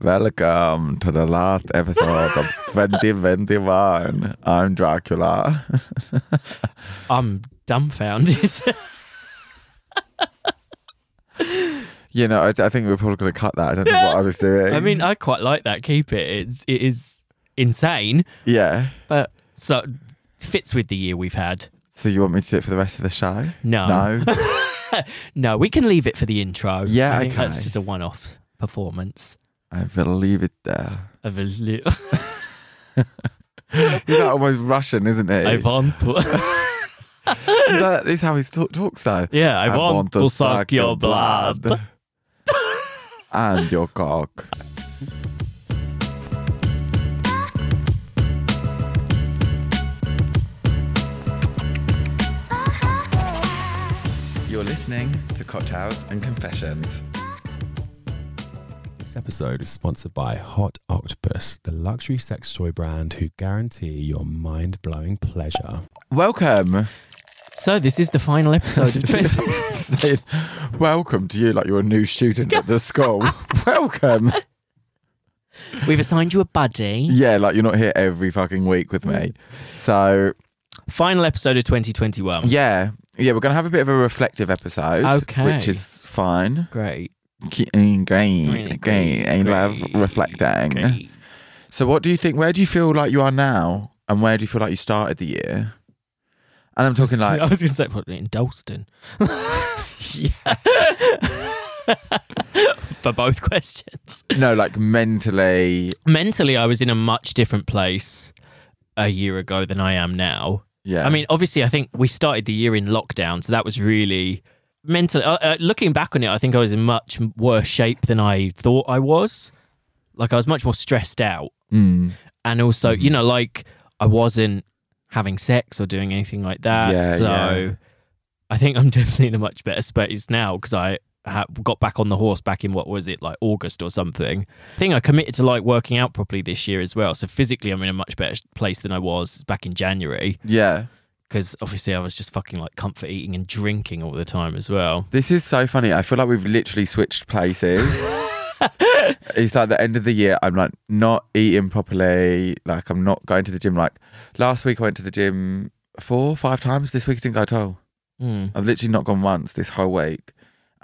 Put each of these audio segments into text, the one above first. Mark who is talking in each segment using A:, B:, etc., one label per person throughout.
A: Welcome to the last episode of 2021. I'm Dracula.
B: I'm dumbfounded.
A: You know, I, I think we're probably going to cut that. I don't know what I was doing.
B: I mean, I quite like that. Keep it. It's it is insane,
A: yeah.
B: but so fits with the year we've had.
A: So you want me to do it for the rest of the show?
B: No,
A: No.
B: No, we can leave it for the intro.
A: Yeah,
B: I think that's
A: okay.
B: just a one-off performance
A: I will leave it there.
B: of a little
A: He's like almost Russian, isn't he?
B: I want to,
A: that is how he talk, talks, though.
B: yeah, I, want, to suck your blood.
A: and your cock. You're listening to Cocktails and Confessions.
C: This episode is sponsored by Hot Octopus, the luxury sex toy brand who guarantee your mind blowing pleasure.
A: Welcome.
B: So this is the final episode of 20.
A: Saying, Welcome to you, like you're a new student at the school. Welcome.
B: We've assigned you a buddy.
A: Yeah, like you're not here every fucking week with me. So,
B: Final episode of 2021.
A: yeah. Yeah, we're going to have a bit of a reflective episode,
B: Okay.
A: which is fine.
B: Great.
A: Green, green,
B: Green,
A: green. I love
B: green,
A: reflecting.
B: great.
A: So, what do you think? Where do you feel like you are now, and where do you feel like you started the year? And I'm talking
B: I
A: like,
B: was going to say probably in Dalston. yeah. For both questions.
A: no, like mentally,
B: Mentally, I was in a much different place a year ago than I am now.
A: yeah.
B: I mean, obviously, I think we started the year in lockdown, so that was really mentally. Uh, uh, looking back on it, I think I was in much worse shape than I thought I was. Like I was much more stressed out,
A: Mm.
B: and also,
A: Mm-hmm.
B: you know, like I wasn't having sex or doing anything like that.
A: Yeah,
B: so
A: yeah.
B: I think I'm definitely in a much better space now because I ha- got back on the horse back in what was it like August or something. I think I committed to like working out properly this year as well. So physically, I'm in a much better place than I was back in January
A: yeah.
B: because obviously I was just fucking like comfort eating and drinking all the time as well.
A: This is so funny. I feel like we've literally switched places. it's like the end of the year. I'm like not eating properly. Like I'm not going to the gym. Like last week, I went to the gym four, five times. This week, I didn't go at all.
B: Mm.
A: I've literally not gone once this whole week.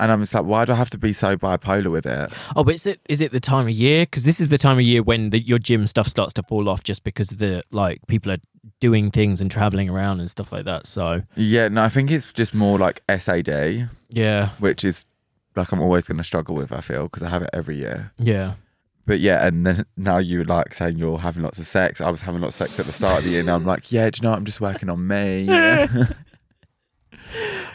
A: And I'm just like, why do I have to be so bipolar with it?
B: Oh, but is it is it the time of year? Because this is the time of year when the, your gym stuff starts to fall off, just because of the like people are doing things and traveling around and stuff like that. So
A: Yeah, no, I think it's just more like SAD,
B: yeah,
A: which is like I'm always going to struggle with, I feel, because I have it every year.
B: yeah,
A: But yeah, and then now you like saying you're having lots of sex. I was having lots of sex at the start of the year, and I'm like, yeah, do you know what? I'm just working on me.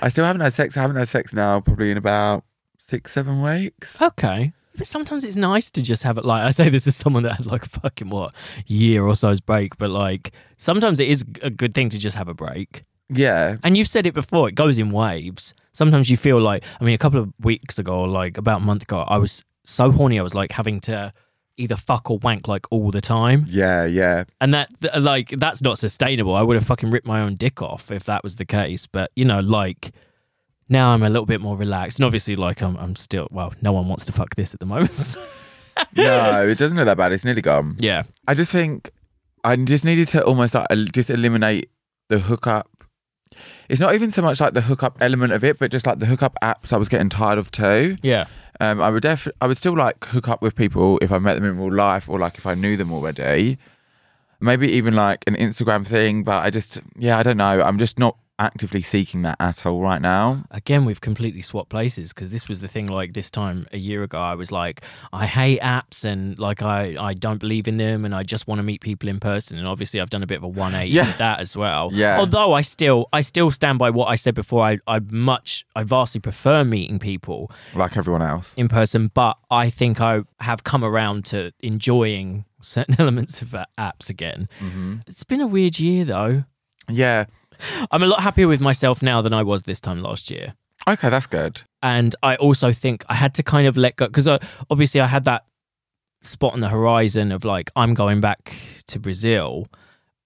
A: I still haven't had sex. I haven't had sex now, probably in about six, seven weeks.
B: okay. But sometimes it's nice to just have it. Like I say, this is someone that had like a fucking what year or so's break, but like sometimes it is a good thing to just have a break.
A: Yeah.
B: And you've said it before; it goes in waves. Sometimes you feel like, I mean, a couple of weeks ago, like about a month ago, I was so horny. I was like having to either fuck or wank like all the time.
A: Yeah, yeah.
B: and that th- like that's not sustainable. I would have fucking ripped my own dick off if that was the case. But you know, like now I'm a little bit more relaxed, and obviously, like I'm, I'm still well. No one wants to fuck this at the moment. So-
A: No, it doesn't look that bad. It's nearly gone.
B: yeah,
A: I just think I just needed to almost like el- just eliminate the hookup. It's not even so much like the hookup element of it, but just like the hookup apps I was getting tired of too.
B: yeah,
A: Um, I would def- I would still like hook up with people if I met them in real life or like if I knew them already. Maybe even like an Instagram thing, but I just yeah, I don't know. I'm just not actively seeking that at all right now.
B: again, we've completely swapped places because this was the thing. Like this time a year ago, I was like, I hate apps and like I, I don't believe in them, and I just want to meet people in person. And obviously, I've done a bit of a one eighty
A: Yeah.
B: with that as well.
A: Yeah.
B: Although I still, I still stand by what I said before. I, I much, I vastly prefer meeting people.
A: Like everyone else.
B: in person, but I think I have come around to enjoying certain elements of uh, apps again.
A: Mm-hmm.
B: It's been a weird year though.
A: Yeah.
B: I'm a lot happier with myself now than I was this time last year.
A: Okay, that's good.
B: And I also think I had to kind of let go because obviously I had that spot on the horizon of like, I'm going back to Brazil.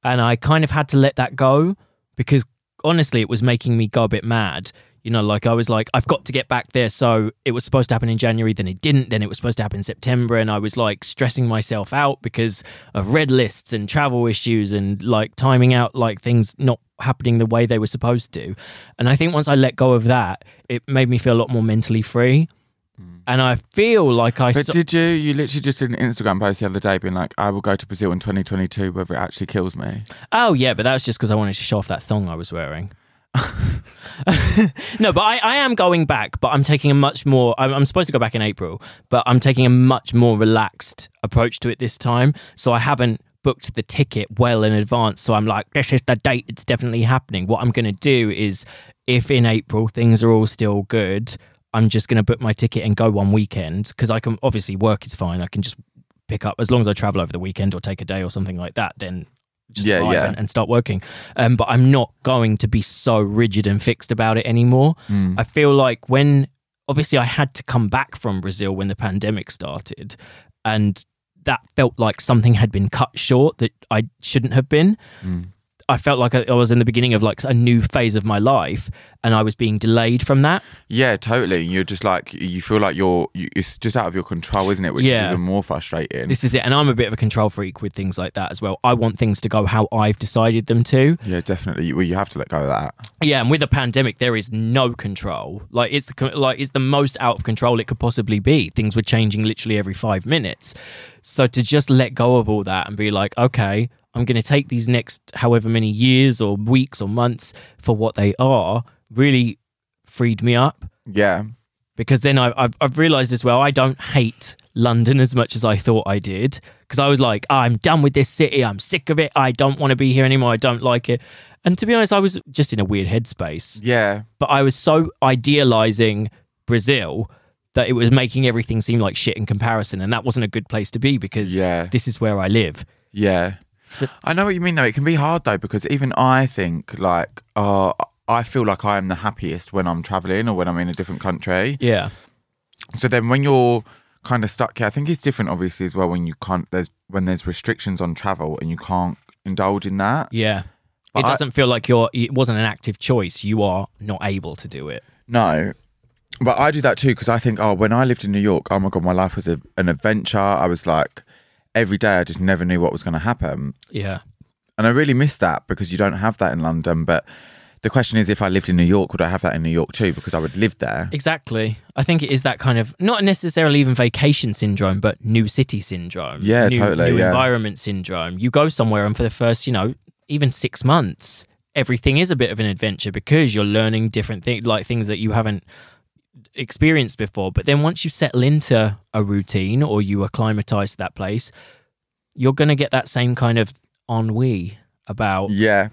B: And I kind of had to let that go because honestly, it was making me go a bit mad. You know, like I was like, I've got to get back there. So it was supposed to happen in January, then it didn't. Then it was supposed to happen in September. And I was like stressing myself out because of red lists and travel issues and like timing out like things not happening the way they were supposed to. And I think once I let go of that, it made me feel a lot more mentally free. And I feel like I.
A: But
B: so-
A: did you? You literally just did an Instagram post the other day being like, I will go to Brazil in 2022 whether it actually kills me.
B: Oh yeah, but that was just because I wanted to show off that thong I was wearing. no, but I, I am going back, but I'm taking a much more. I'm, I'm supposed to go back in April, but I'm taking a much more relaxed approach to it this time. So I haven't booked the ticket well in advance. So I'm like, this is the date. It's definitely happening. What I'm going to do is, if in April things are all still good, I'm just going to book my ticket and go one weekend because I can obviously work is fine. I can just pick up as long as I travel over the weekend or take a day or something like that. Then just
A: Yeah,
B: arrive
A: yeah.
B: And, and start working. Um, but I'm not going to be so rigid and fixed about it anymore.
A: Mm.
B: I feel like when obviously I had to come back from Brazil when the pandemic started, and that felt like something had been cut short that I shouldn't have been.
A: Mm.
B: I felt like I, I was in the beginning of like a new phase of my life, and I was being delayed from that.
A: Yeah, totally. You're just like, you feel like you're, you, it's just out of your control, isn't it? Which is
B: Yeah.
A: even more frustrating.
B: This is it, and I'm a bit of a control freak with things like that as well. I want things to go how I've decided them to,
A: yeah, definitely. Well, you have to let go of that.
B: Yeah, and with a pandemic, there is no control. Like it's the, like it's the most out of control it could possibly be. Things were changing literally every five minutes, so to just let go of all that and be like, okay, I'm going to take these next however many years or weeks or months for what they are, really freed me up
A: Yeah.
B: because then I, I've, I've realized as well I don't hate London as much as I thought I did because I was like I'm done with this city I'm sick of it I don't want to be here anymore I don't like it and to be honest I was just in a weird headspace
A: Yeah.
B: but I was so idealizing Brazil that it was making everything seem like shit in comparison and that wasn't a good place to be because
A: Yeah.
B: this is where I live
A: Yeah.
B: So-
A: I know what you mean though. It can be hard though because even I think like uh I feel like I am the happiest when I'm traveling or when I'm in a different country.
B: yeah
A: So then when you're kind of stuck here, I think it's different obviously as well when you can't there's when there's restrictions on travel and you can't indulge in that.
B: yeah
A: But
B: it
A: I-
B: doesn't feel like you're it wasn't an active choice you are not able to do it
A: No. But I do that too because I think, oh, when I lived in New York, oh my God, my life was a, an adventure. I was like, every day I just never knew what was going to happen.
B: yeah
A: And I really miss that because you don't have that in London. But the question is, if I lived in New York, would I have that in New York too? Because I would live there.
B: Exactly. I think it is that kind of not necessarily even vacation syndrome, but new city syndrome.
A: Yeah,
B: new,
A: totally,
B: New
A: yeah.
B: environment syndrome. You go somewhere, and for the first, you know, even six months, everything is a bit of an adventure because you're learning different things, like things that you haven't experienced before. But then once you settle into a routine or you acclimatize to that place, you're going to get that same kind of ennui about
A: Yeah.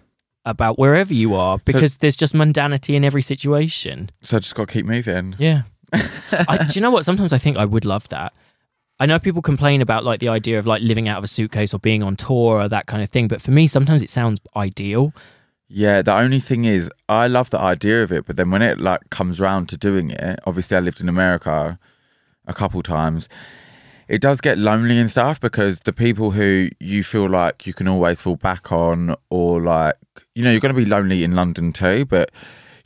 B: about wherever you are because there's just mundanity in every situation.
A: So I just got to keep moving.
B: Yeah. I, do you know what? Sometimes I think I would love that. I know people complain about like the idea of like living out of a suitcase or being on tour or that kind of thing, but for me, sometimes it sounds ideal.
A: Yeah. The only thing is, I love the idea of it, but then when it like comes round to doing it, obviously I lived in America a couple times. It does get lonely and stuff because the people who you feel like you can always fall back on, or like you know, you're going to be lonely in London too, but.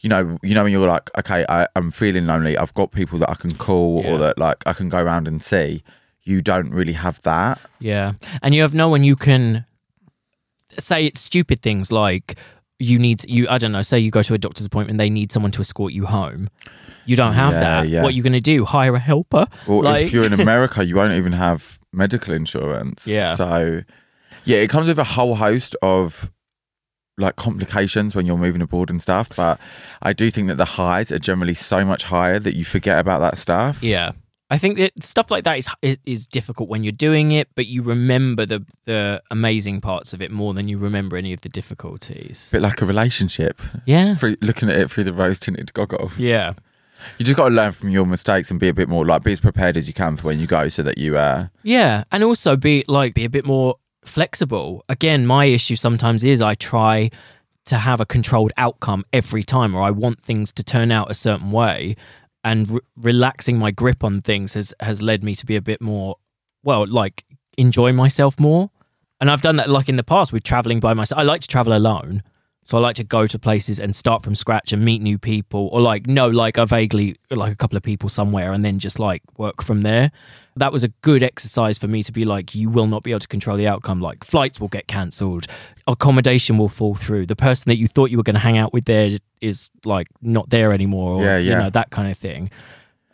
A: You know, you know when you're like, okay, I, I'm feeling lonely. I've got people that I can call
B: Yeah.
A: or that like I can go around and see. You don't really have that.
B: Yeah. And you have no one you can say it's stupid things like you need you I don't know, say you go to a doctor's appointment, they need someone to escort you home. You don't have
A: Yeah,
B: that.
A: yeah.
B: What are you gonna do? Hire a helper?
A: Well,
B: Like-
A: if you're in America, you won't even have medical insurance.
B: Yeah.
A: So, yeah, it comes with a whole host of like complications when you're moving abroad and stuff. But I do think that the highs are generally so much higher that you forget about that stuff.
B: Yeah. I think that stuff like that is i- is difficult when you're doing it, but you remember the the amazing parts of it more than you remember any of the difficulties.
A: bit like a relationship,
B: Yeah.
A: through, looking at it through the rose tinted goggles.
B: Yeah.
A: You just got to learn from your mistakes and be a bit more like, be as prepared as you can for when you go so that you, uh,
B: Yeah, and also be like be a bit more flexible. Again, my issue sometimes is I try to have a controlled outcome every time, or I want things to turn out a certain way, and re- relaxing my grip on things has has led me to be a bit more, well, like enjoy myself more. And I've done that like in the past with traveling by myself. I like to travel alone. So I like to go to places and start from scratch and meet new people, or like no, like I vaguely like a couple of people somewhere, and then just like work from there. That was a good exercise for me to be like, you will not be able to control the outcome. Like flights will get cancelled, accommodation will fall through. The person that you thought you were going to hang out with there is like not there anymore, or
A: Yeah,
B: you
A: yeah.
B: know that kind of thing.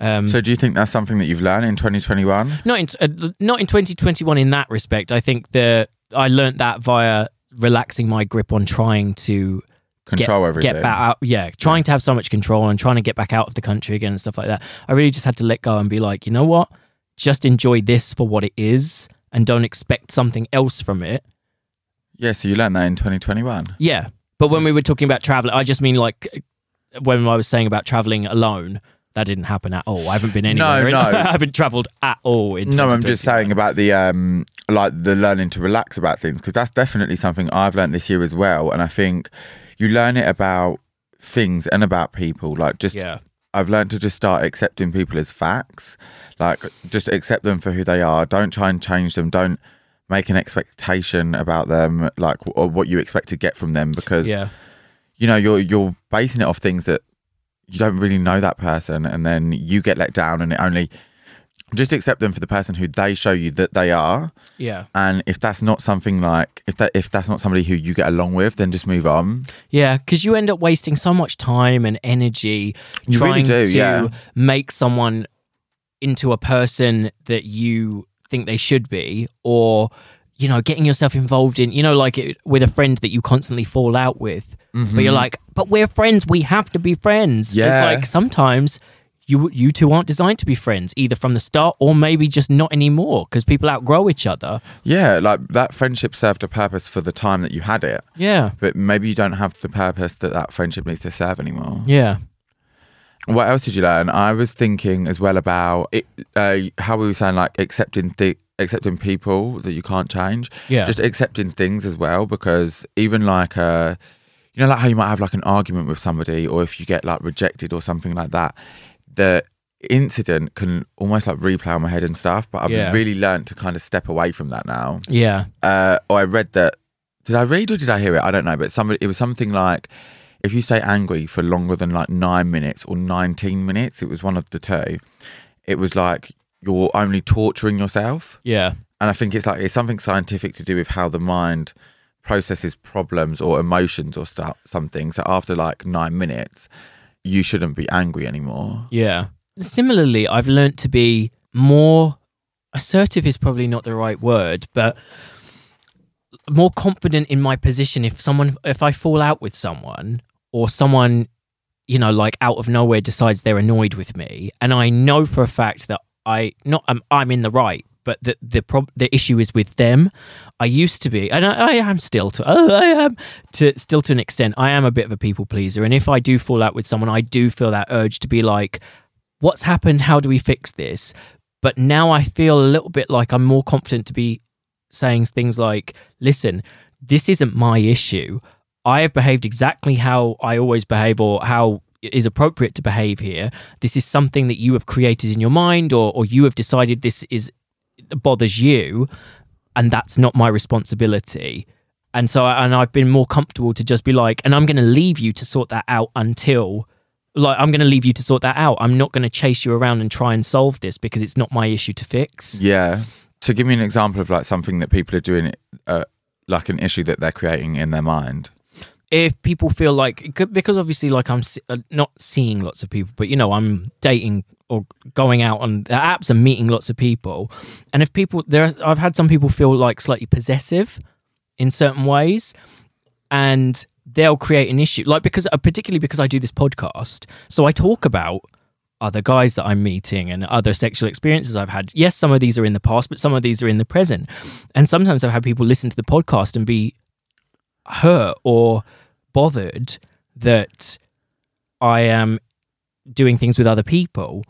B: Um,
A: So do you think that's something that you've learned in 2021?
B: not in uh, not in 2021 in that respect. I think the I learnt that via relaxing my grip on trying to get,
A: Control everything.
B: get back out. Yeah, trying to have so much control and trying to get back out of the country again and stuff like that. I really just had to let go and be like, you know what? Just enjoy this for what it is and don't expect something else from it.
A: Yeah, so you learned that in 2021.
B: Yeah. But when we were talking about travel, I just mean like uh, when I was saying about traveling alone, that didn't happen at all. I haven't been anywhere.
A: no.
B: I haven't traveled at all. In
A: No, I'm just
B: 2021.
A: saying about the um like the learning to relax about things because that's definitely something I've learned this year as well and I think you learn it about things and about people like just
B: Yeah.
A: I've learned to just start accepting people as facts. Like, just accept them for who they are. Don't try and change them. Don't make an expectation about them, like, or what you expect to get from them, because
B: Yeah.
A: you know you're you're basing it off things that you don't really know that person, and then you get let down, and it only just accept them for the person who they show you that they are.
B: Yeah.
A: And if that's not something like if that if that's not somebody who you get along with, then just move on.
B: Yeah, because you end up wasting so much time and energy
A: You
B: trying
A: really do,
B: to
A: yeah.
B: make someone into a person that you think they should be, or you know, getting yourself involved in, you know, like it, with a friend that you constantly fall out with, but you're like, but we're friends, we have to be friends.
A: Mm-hmm. Yeah.
B: It's like sometimes. You, you two aren't designed to be friends either from the start or maybe just not anymore because people outgrow each other.
A: Yeah, like that friendship served a purpose for the time that you had it.
B: Yeah.
A: but maybe you don't have the purpose that that friendship needs to serve anymore.
B: Yeah.
A: What else did you learn? I was thinking as well about it, uh, how we were saying like accepting thi- accepting people that you can't change.
B: Yeah.
A: just accepting things as well because even like uh, you know, like how you might have like an argument with somebody, or if you get like rejected or something like that, the incident can almost like replay on my head and stuff. But I've
B: Yeah.
A: really learned to kind of step away from that now
B: Yeah.
A: uh, or I read that. Did I read or did I hear it? I don't know, but somebody it was something like if you stay angry for longer than like nine minutes or nineteen minutes, it was one of the two. It was like you're only torturing yourself,
B: Yeah.
A: and I think it's like it's something scientific to do with how the mind processes problems or emotions or stuff something. So after like nine minutes, you shouldn't be angry anymore.
B: Yeah. Similarly, I've learnt to be more assertive is probably not the right word, but more confident in my position if someone if I fall out with someone or someone you know like out of nowhere decides they're annoyed with me and I know for a fact that I not I'm, I'm in the right but the the prob- the issue is with them I used to be and I, I am still to oh, I am to still to an extent I am a bit of a people pleaser and if I do fall out with someone I do feel that urge to be like what's happened how do we fix this but now I feel a little bit like I'm more confident to be saying things like, listen, this isn't my issue. I have behaved exactly how I always behave or how is appropriate to behave here. This is something that you have created in your mind or, or you have decided this is bothers you and that's not my responsibility. And so I- and I've been more comfortable to just be like, and I'm going to leave you to sort that out until like I'm going to leave you to sort that out. I'm not going to chase you around and try and solve this because it's not my issue to fix.
A: Yeah. So give me an example of like something that people are doing, uh, like an issue that they're creating in their mind.
B: if people feel like c- because obviously like i'm se- uh, not seeing lots of people but you know i'm dating or going out on the apps and meeting lots of people and if people there are, i've had some people feel like slightly possessive in certain ways and they'll create an issue like because uh, particularly because i do this podcast so i talk about other guys that i'm meeting and other sexual experiences i've had yes some of these are in the past but some of these are in the present and sometimes i've had people listen to the podcast and be hurt or bothered that I am doing things with other people,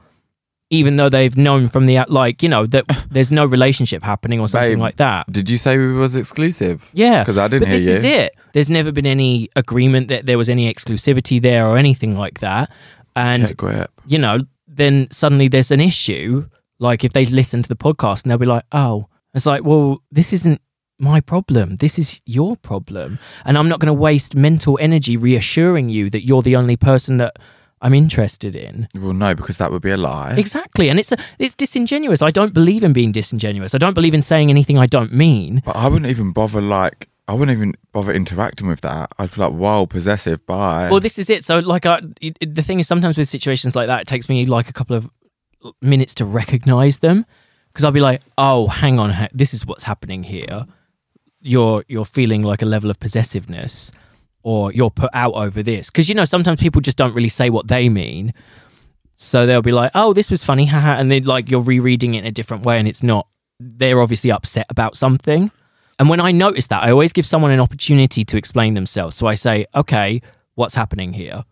B: even though they've known from the out- like, you know, that there's no relationship happening or something
A: Babe,
B: like that.
A: Did you say we was exclusive?
B: Yeah,
A: Because I didn't
B: but
A: hear
B: this
A: you.
B: is it. There's never been any agreement that there was any exclusivity there or anything like that. And
A: Get grip.
B: you know, then suddenly there's an issue. Like if they listen to the podcast and they'll be like, oh, it's like, well, this isn't my problem. This is your problem. And I'm not going to waste mental energy reassuring you that you're the only person that I'm interested in.
A: Well, no, because that would be a lie.
B: Exactly. And it's a, it's disingenuous. I don't believe in being disingenuous. I don't believe in saying anything I don't mean.
A: But I wouldn't even bother like I wouldn't even bother interacting with that. I'd be like, wow, possessive, bye.
B: Well, this is it. So, like, I, it- it- the thing is, sometimes with situations like that, it takes me like a couple of minutes to recognize them because I'll be like, "Oh, hang on, ha- this is what's happening here. You're you're feeling like a level of possessiveness, or you're put out over this." Because you know, sometimes people just don't really say what they mean, so they'll be like, "Oh, this was funny, haha," and then like you're rereading it in a different way, and it's not. They're obviously upset about something. And when I notice that, I always give someone an opportunity to explain themselves. So I say, okay, what's happening here?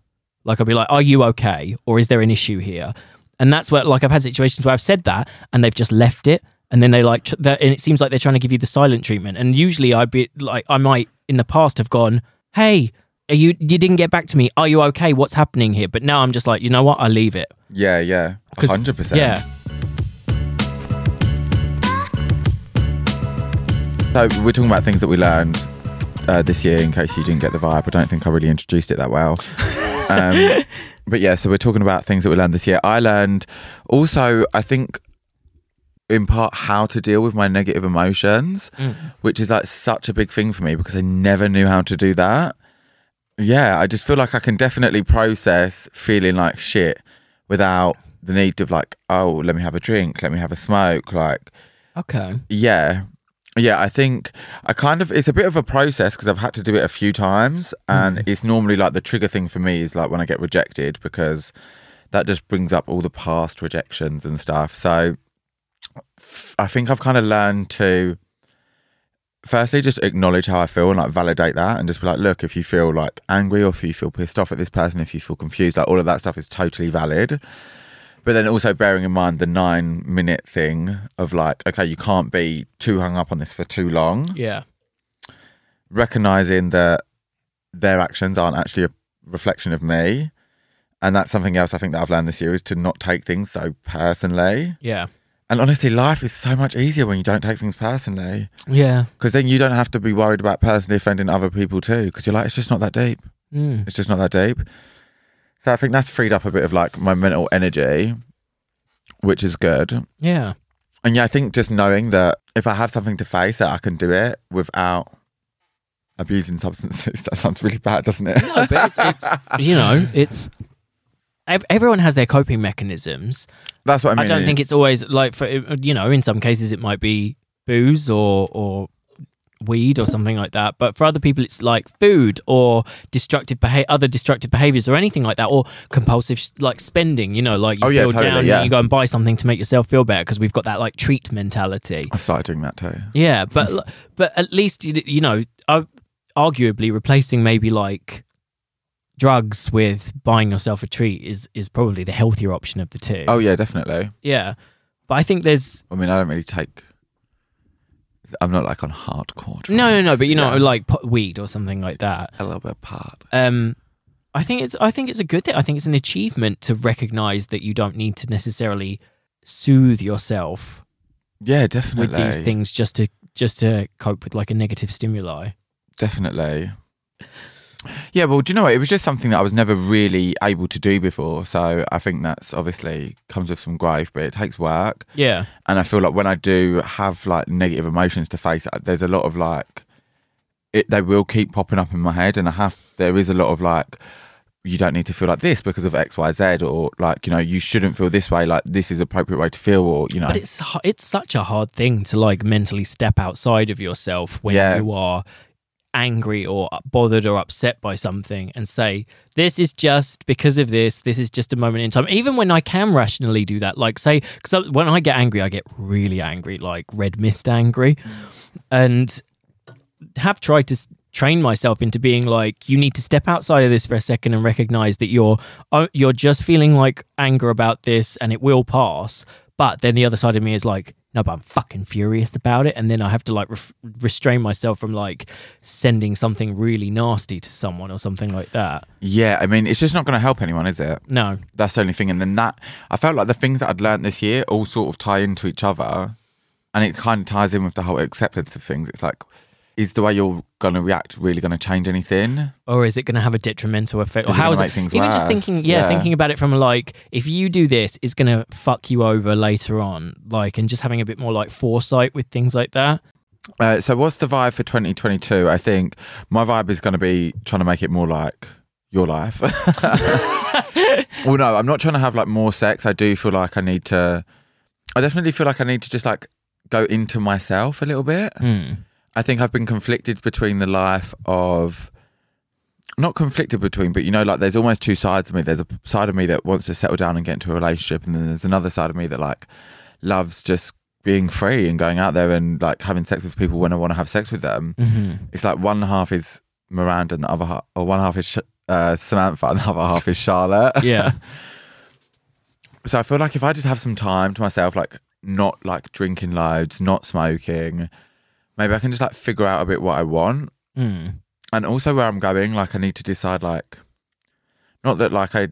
B: Like, I'll be like, are you okay? Or is there an issue here? And that's where, like, I've had situations where I've said that and they've just left it. And then they like, tr- they're- and it seems like they're trying to give you the silent treatment. And usually I'd be like, I might in the past have gone, hey, are you, you didn't get back to me. Are you okay? What's happening here? But now I'm just like, you know what? I leave it.
A: yeah, yeah,
B: 'Cause-
A: hundred percent.
B: Yeah.
A: So we're talking about things that we learned uh, this year. In case you didn't get the vibe, I don't think I really introduced it that well. um, but yeah, so we're talking about things that we learned this year. I learned also, I think, in part, how to deal with my negative emotions, which is like such a big thing for me because I never knew how to do that. Yeah, I just feel like I can definitely process feeling like shit without the need of like, oh, let me have a drink, let me have a smoke, like
B: Okay.
A: yeah. Yeah, I think I kind of it's a bit of a process because I've had to do it a few times and it's normally like the trigger thing for me is like when I get rejected because that just brings up all the past rejections and stuff. So f- I think I've kind of learned to firstly just acknowledge how I feel and like validate that and just be like look if you feel like angry or if you feel pissed off at this person if you feel confused like all of that stuff is totally valid. But then also bearing in mind the nine minute thing of like, okay, you can't be too hung up on this for too long.
B: Yeah.
A: Recognizing that their actions aren't actually a reflection of me. And that's something else I think that I've learned this year is to not take things so personally.
B: Yeah.
A: And honestly, life is so much easier when you don't take things personally
B: Yeah.
A: because then you don't have to be worried about personally offending other people too because you're like, it's just not that deep.
B: Mm.
A: It's just not that deep. So I think that's freed up a bit of like my mental energy, which is good.
B: Yeah.
A: And yeah, I think just knowing that if I have something to face, that I can do it without abusing substances. That sounds really bad, doesn't it?
B: No, but it's, it's you know, it's ev- everyone has their coping mechanisms.
A: That's what I
B: I,
A: mean.
B: don't think it's always like for you know, in some cases it might be booze or or weed or something like that, but for other people it's like food or destructive behavior, other destructive behaviors or anything like that, or compulsive sh- like spending. You know, like you
A: Oh, yeah,
B: feel
A: totally,
B: down,
A: yeah.
B: you go and buy something to make yourself feel better because we've got that like treat mentality.
A: I started doing that too.
B: Yeah, but but at least you, you know, ar- arguably replacing maybe like drugs with buying yourself a treat is is probably the healthier option of the two.
A: Oh yeah, definitely.
B: yeah. But I think there's
A: I mean, I don't really take. I'm not like on hardcore. Drugs.
B: no no no, but you know
A: Yeah.
B: like pot weed or something like that.
A: a little bit apart.
B: Um I think it's I think it's a good thing. I think it's an achievement to recognize that you don't need to necessarily soothe yourself
A: Yeah, definitely.
B: with these things just to just to cope with like a negative stimuli.
A: Definitely. Yeah, well, do you know what? It was just something that I was never really able to do before. So I think that's obviously comes with some growth, but it takes work.
B: Yeah.
A: and I feel like when I do have like negative emotions to face, uh, there's a lot of like, it they will keep popping up in my head, and I have there is a lot of like, you don't need to feel like this because of X, Y, Z, or like you know you shouldn't feel this way. Like this is the appropriate way to feel, or you know,
B: But it's h- it's such a hard thing to like mentally step outside of yourself when
A: Yeah.
B: you are angry or bothered or upset by something and say this is just because of this this is just a moment in time even when i can rationally do that like say because when i get angry i get really angry like red mist angry
A: Mm.
B: and have tried to s- train myself into being like you need to step outside of this for a second and recognize that you're oh, you're just feeling like anger about this and it will pass but then the other side of me is like no but i'm fucking furious about it and then i have to like ref restrain myself from like sending something really nasty to someone or something like that
A: yeah. I mean, it's just not going to help anyone, is it?
B: no
A: That's the only thing. And then that I felt like the things that I'd learned this year all sort of tie into each other, And it kind of ties in with the whole acceptance of things. It's like, is the way you're going to react really going to change anything?
B: or is it going to have a detrimental effect? Or
A: Is it
B: how
A: gonna
B: is it?
A: make things
B: even just
A: worse?
B: thinking, yeah,
A: Yeah.
B: thinking about it from like, if you do this, it's going to fuck you over later on, like, and just having a bit more like foresight with things like that.
A: Uh, so, what's the vibe for 2022? I think my vibe is going to be trying to make it more like your life. well, no, I'm not trying to have like more sex. I do feel like I need to, I definitely feel like I need to just like go into myself a little bit.
B: Hmm.
A: I think I've been conflicted between the life of not conflicted between, but you know, like there's almost two sides of me. There's a p- side of me that wants to settle down and get into a relationship, and then there's another side of me that like loves just being free and going out there and like having sex with people when I want to have sex with them.
B: Mhm.
A: It's like one half is Miranda and the other half, or one half is Sh- uh, Samantha and the other half is Charlotte.
B: Yeah.
A: So I feel like if I just have some time to myself, like not like drinking loads, not smoking, maybe I can just like figure out a bit what I want.
B: Hmm.
A: and also where I'm going, like I need to decide like not that like I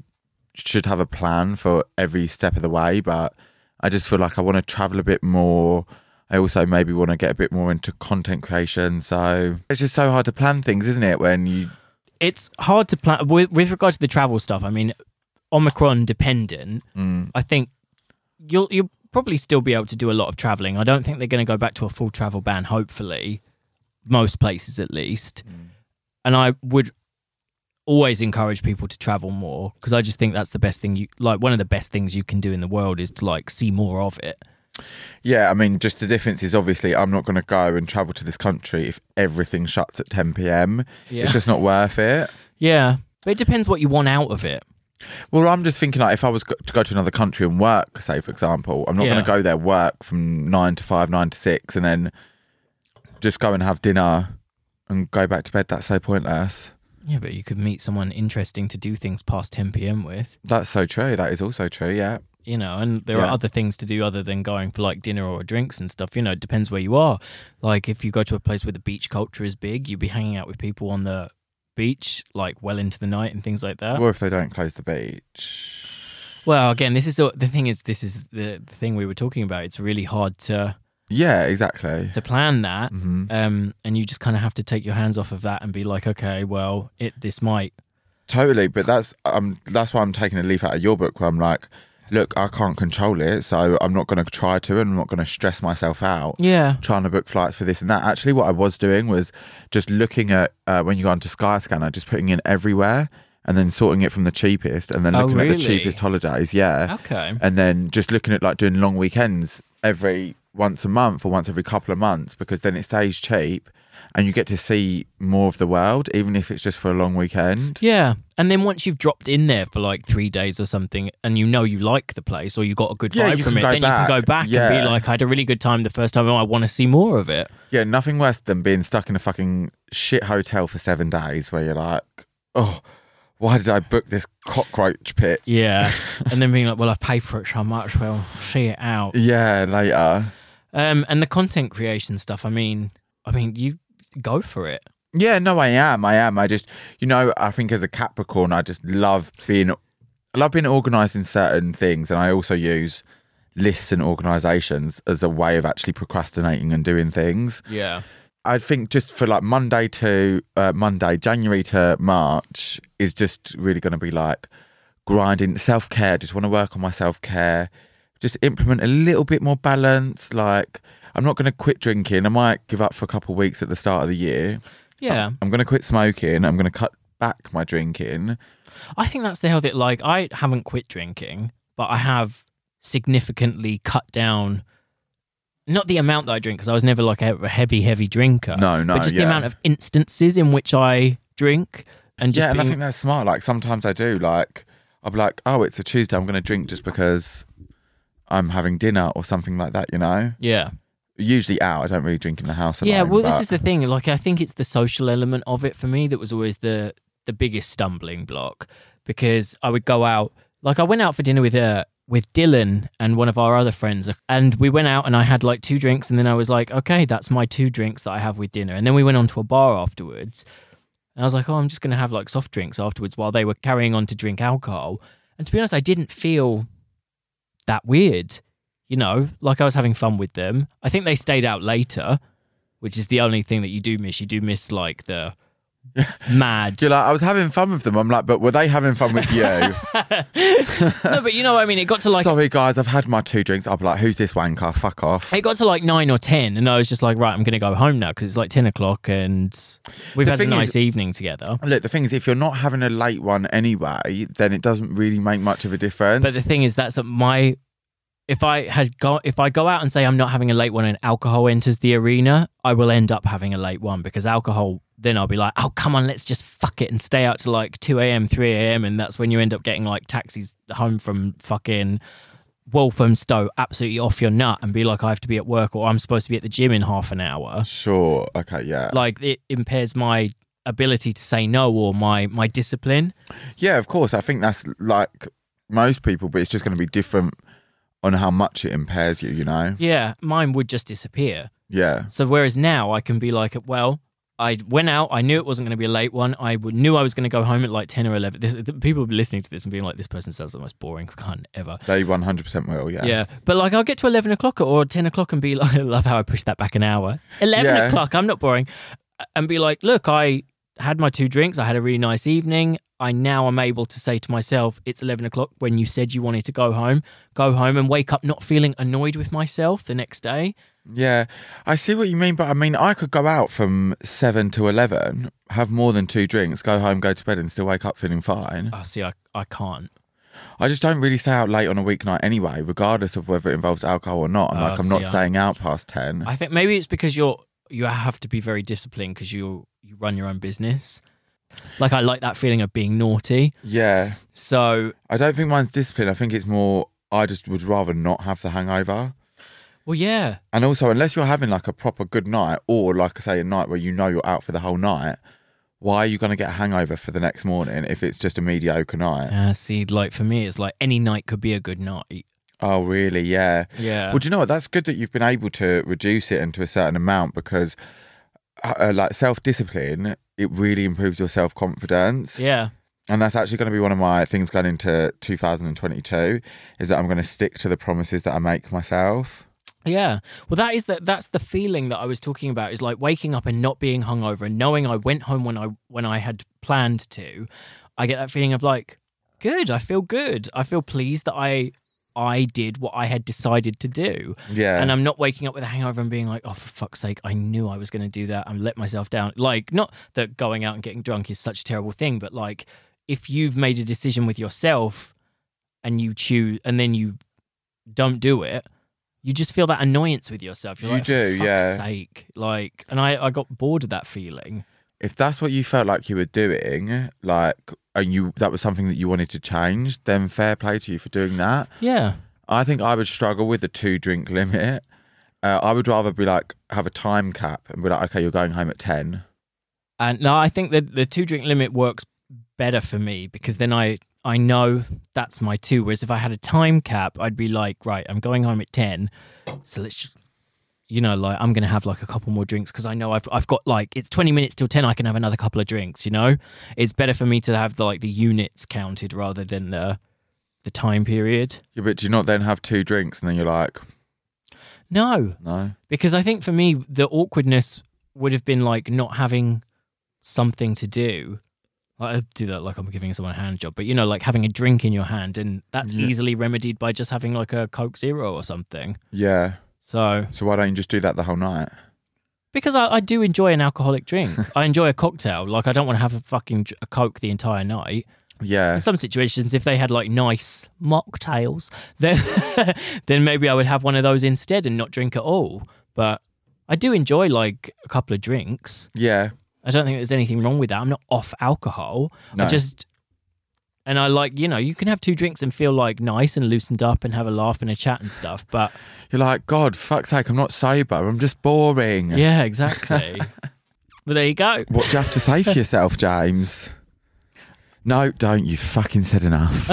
A: should have a plan for every step of the way, but I just feel like I want to travel a bit more. I also maybe want to get a bit more into content creation. So it's just so hard to plan things, isn't it? When you
B: It's hard to plan with, with regard to the travel stuff. I mean, Omicron dependent,
A: mm,
B: I think you'll you'll probably still be able to do a lot of traveling. I don't think they're going to go back to a full travel ban. Hopefully, most places at least. And I would always encourage people to travel more because I just think that's the best thing you like. One of the best things you can do in the world is to like see more of it.
A: yeah, I mean, just the difference is obviously I'm not going to go and travel to this country if everything shuts at 10 p.m.
B: Yeah,
A: It's just not worth it.
B: yeah. But it depends what you want out of it.
A: Well, I'm just thinking like if I was go- to go to another country and work, say for example, I'm not
B: Yeah.
A: going to go there work from nine to five, nine to six, and then just go and have dinner and go back to bed. That's so pointless.
B: Yeah, but you could meet someone interesting to do things past 10 p.m. with,
A: That's so true. That is also true. Yeah.
B: you know, and there are
A: Yeah.
B: other things to do other than going for like dinner or drinks and stuff. You know, it depends where you are. Like, if you go to a place where the beach culture is big, you'd be hanging out with people on the beach like well into the night and things like that.
A: Or if they don't close the beach.
B: Well, again, this is the the thing is this is the, the thing we were talking about. It's really hard to
A: Yeah, exactly.
B: to plan that,
A: hmm
B: um, and you just kind of have to take your hands off of that and be like, okay, well, it this might.
A: Totally. But that's um that's why I'm taking a leaf out of your book where I'm like, look, I can't control it, so I'm not going to try to, and I'm not going to stress myself out.
B: Yeah.
A: trying to book flights for this and that. Actually, what I was doing was just looking at uh, when you go onto Skyscanner, just putting in everywhere and then sorting it from the cheapest and then
B: Oh,
A: looking at
B: really? Oh.
A: the cheapest holidays. Yeah.
B: Okay.
A: And then just looking at like doing long weekends every once a month or once every couple of months because then it stays cheap and you get to see more of the world, even if it's just for a long weekend.
B: Yeah. And then once you've dropped in there for like three days or something and you know you like the place or you got a good
A: Yeah,
B: vibe
A: you
B: from it,
A: can go
B: then you can go
A: back.
B: back and
A: Yeah.
B: be like, I had a really good time the first time. Oh, I want to see more of it.
A: Yeah, nothing worse than being stuck in a fucking shit hotel for seven days where you're like, oh, why did I book this cockroach pit?
B: Yeah. and then being like, well, I paid for it, so I might as well see it out.
A: Yeah, later.
B: Um, and the content creation stuff, I mean, I mean, you go for it.
A: Yeah, no, I am. I am. I just, you know, I think as a Capricorn, I just love being, I love being organised in certain things, and I also use lists and organisations as a way of actually procrastinating and doing things.
B: Yeah.
A: I think just for like Monday to uh, Monday, January to March is just really going to be like grinding self care. Just want to work on my self care. Just implement a little bit more balance. Like I'm not going to quit drinking. I might give up for a couple of weeks at the start of the year.
B: Yeah.
A: I'm going to quit smoking. I'm going to cut back my drinking.
B: I think that's the healthy. Like, I haven't quit drinking, but I have significantly cut down. Not the amount that I drink, because I was never like a heavy, heavy drinker.
A: No, no,
B: but just
A: yeah.
B: the amount of instances in which I drink and just
A: yeah, and I
B: being-
A: think that's smart. Like sometimes I do. Like I'll be like, oh, it's a Tuesday. I'm going to drink just because I'm having dinner or something like that. You know.
B: yeah,
A: usually out. I don't really drink in the house.
B: yeah.
A: alone,
B: Well, this
A: but-
B: is the thing. Like, I think it's the social element of it for me that was always the the biggest stumbling block because I would go out. Like, I went out for dinner with uh, with Dylan and one of our other friends, and we went out and I had like two drinks, and then I was like, okay, that's my two drinks that I have with dinner, and then we went on to a bar afterwards. And I was like, oh, I'm just going to have like soft drinks afterwards while they were carrying on to drink alcohol. And to be honest, I didn't feel that weird. you know, like I was having fun with them. I think they stayed out later, which is the only thing that you do miss. You do miss like the mad.
A: You're like, I was having fun with them. I'm like, but were they having fun with you?
B: no, but you know what I mean. It got to like
A: Sorry, guys, I've had my two drinks. I'll be like, who's this wanker? Fuck off.
B: it got to like nine or ten, and I was just like, right, I'm gonna go home now because it's like ten o'clock, and we've
A: The
B: had a
A: thing is-
B: nice evening together.
A: Look, the thing is, if you're not having a late one anyway, then it doesn't really make much of a difference.
B: But the thing is, that's my. If I had go, if I go out and say I'm not having a late one, and alcohol enters the arena, I will end up having a late one because alcohol. Then I'll be like, oh come on, let's just fuck it and stay out to like two a.m., three a.m., and that's when you end up getting like taxis home from fucking Walthamstow, absolutely off your nut, and be like, I have to be at work or I'm supposed to be at the gym in half an hour.
A: sure. Okay. Yeah.
B: Like it impairs my ability to say no or my my discipline.
A: yeah. Of course. I think that's like most people, but it's just going to be different on how much it impairs you. You know.
B: Yeah, mine would just disappear.
A: Yeah.
B: So whereas now I can be like, well, I went out. I knew it wasn't going to be a late one. I w- knew I was going to go home at like ten or eleven. This, the people will be listening to this and being like, this person sounds the most boring cunt ever.
A: They 100% will. Yeah.
B: Yeah. but like I'll get to eleven o'clock or ten o'clock and be like, I love how I pushed that back an hour. Eleven
A: Yeah.
B: o'clock, I'm not boring, and be like, look, I had my two drinks. I had a really nice evening. I now am able to say to myself, it's eleven o'clock when you said you wanted to go home. Go home and wake up not feeling annoyed with myself the next day.
A: Yeah. I see what you mean, but I mean, I could go out from seven to 11, have more than two drinks, go home, go to bed, and still wake up feeling fine.
B: Oh, see, I I can't.
A: I just don't really stay out late on a weeknight anyway, regardless of whether it involves alcohol or not. I'm
B: Oh,
A: like, I'm not
B: see, I-
A: staying out past 10.
B: I think maybe it's because you're you have to be very disciplined because you you run your own business. Like I like that feeling of being naughty.
A: yeah.
B: So
A: I don't think mine's discipline. I think it's more, I just would rather not have the hangover.
B: well, yeah,
A: And also, unless you're having like a proper good night, or like I say, a night where you know you're out for the whole night, why are you going to get a hangover for the next morning if it's just a mediocre night?
B: uh, see, like for me, it's like any night could be a good night.
A: Oh, really? Yeah.
B: Yeah,
A: Well, do you know what? That's good that you've been able to reduce it into a certain amount because, uh, uh, like, self discipline, it really improves your self confidence.
B: yeah,
A: And that's actually going to be one of my things going into 2022 is that I'm going to stick to the promises that I make myself.
B: yeah. Well, that is that. That's the feeling that I was talking about. Is like waking up and not being hungover and knowing I went home when I when I had planned to. I get that feeling of like, good. I feel good. I feel pleased that I I did what I had decided to do.
A: Yeah.
B: and uh, I'm not waking up with a hangover and being like, oh, for fuck's sake, I knew I was going to do that. I let myself down. Like, not that going out and getting drunk is such a terrible thing, but like, if you've made a decision with yourself and you choose and then you don't do it, you just feel that annoyance with yourself. You're
A: You
B: like,
A: do,
B: for fuck's
A: yeah.
B: Sake, like, and I, I got bored of that feeling.
A: if that's what you felt like you were doing, like, and you that was something that you wanted to change, then fair play to you for doing that.
B: Yeah,
A: I think I would struggle with a two drink limit. Uh, I would rather be like, have a time cap and be like, okay, you're going home at 10.
B: and no, I think that the two drink limit works better for me because then I. I know that's my two. Whereas if I had a time cap, I'd be like, right, I'm going home at ten. so let's just you know like i'm gonna have like a couple more drinks because i know I've, I've got like it's 20 minutes till 10 i can have another couple of drinks you know it's better for me to have like the units counted rather than the the time period
A: Yeah, but do you not then have two drinks and then you're like,
B: no
A: no?
B: because i think for me the awkwardness would have been like not having something to do Like, I do that like I'm giving someone a hand job, but you know, like having a drink in your hand, and that's
A: Yeah.
B: easily remedied by just having like a Coke Zero or something.
A: Yeah.
B: So
A: So why don't you just do that the whole night?
B: Because I, I do enjoy an alcoholic drink. I enjoy a cocktail. Like I don't want to have a fucking dr- a coke the entire night.
A: Yeah.
B: In some situations, if they had like nice mocktails, then then maybe I would have one of those instead and not drink at all. But I do enjoy like a couple of drinks.
A: Yeah.
B: I don't think there's anything wrong with that. I'm not off alcohol.
A: No.
B: I just and I like you know you can have two drinks and feel like nice and loosened up and have a laugh and a chat and stuff. But
A: You're like, God, fuck's sake, I'm not sober. I'm just boring.
B: yeah, exactly. but there you go.
A: What do you have to say for yourself, James? No, don't. You fucking said enough.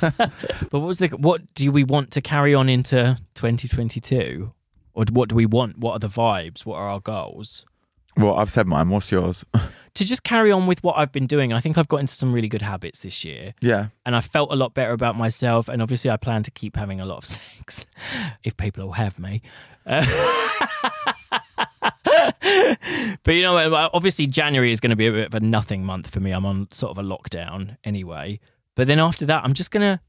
B: But what was the what do we want to carry on into 2022? Or what do we want? What are the vibes? What are our goals?
A: Well, I've said mine. What's yours?
B: To just carry on with what I've been doing, I think I've got into some really good habits this year
A: yeah.
B: and I felt a lot better about myself. And obviously, I plan to keep having a lot of sex if people will have me. Uh, but you know, what, obviously, January is going to be a bit of a nothing month for me. I'm on sort of a lockdown anyway. But then after that, I'm just going to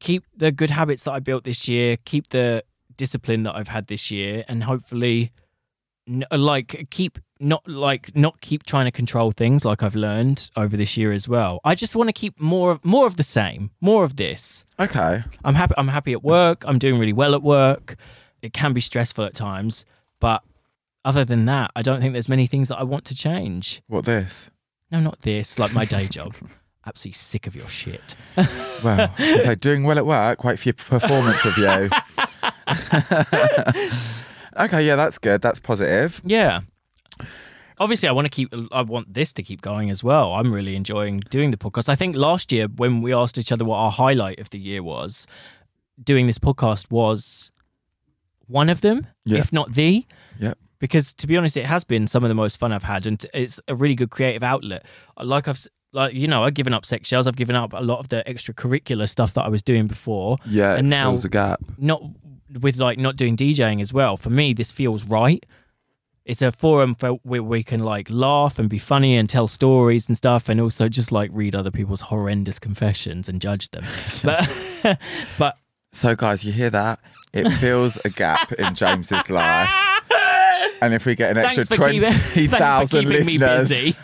B: keep the good habits that I built this year, keep the discipline that I've had this year, and hopefully n- like keep not like not keep trying to control things like I've learned over this year as well. I just want to keep more of more of the same, more of this.
A: Okay.
B: I'm happy I'm happy at work. I'm doing really well at work. It can be stressful at times, but other than that, I don't think there's many things that I want to change.
A: What this?
B: No, not this, like my day job. Absolutely sick of your shit.
A: Well, so doing well at work. Wait for your performance review. okay. Yeah, that's good. That's positive.
B: Yeah. Obviously, I want to keep. I want this to keep going as well. I'm really enjoying doing the podcast. I think last year when we asked each other what our highlight of the year was, doing this podcast was one of them,
A: Yeah.
B: if not the.
A: Yep.
B: Because to be honest, it has been some of the most fun I've had, and it's a really good creative outlet. Like I've s- like you know, I've given up sex shells. I've given up a lot of the extracurricular stuff that I was doing before.
A: Yeah.
B: And
A: it
B: now-
A: fills a gap.
B: not with like not doing DJing as well. For me, this feels right. It's a forum for where we can like laugh and be funny and tell stories and stuff, and also just like read other people's horrendous confessions and judge them. but but
A: So, guys, you hear that? It fills a gap in James's life. And if we get an extra
B: thanks for, keep,
A: twenty
B: thanks for
A: thousand
B: keeping me
A: listeners,
B: busy.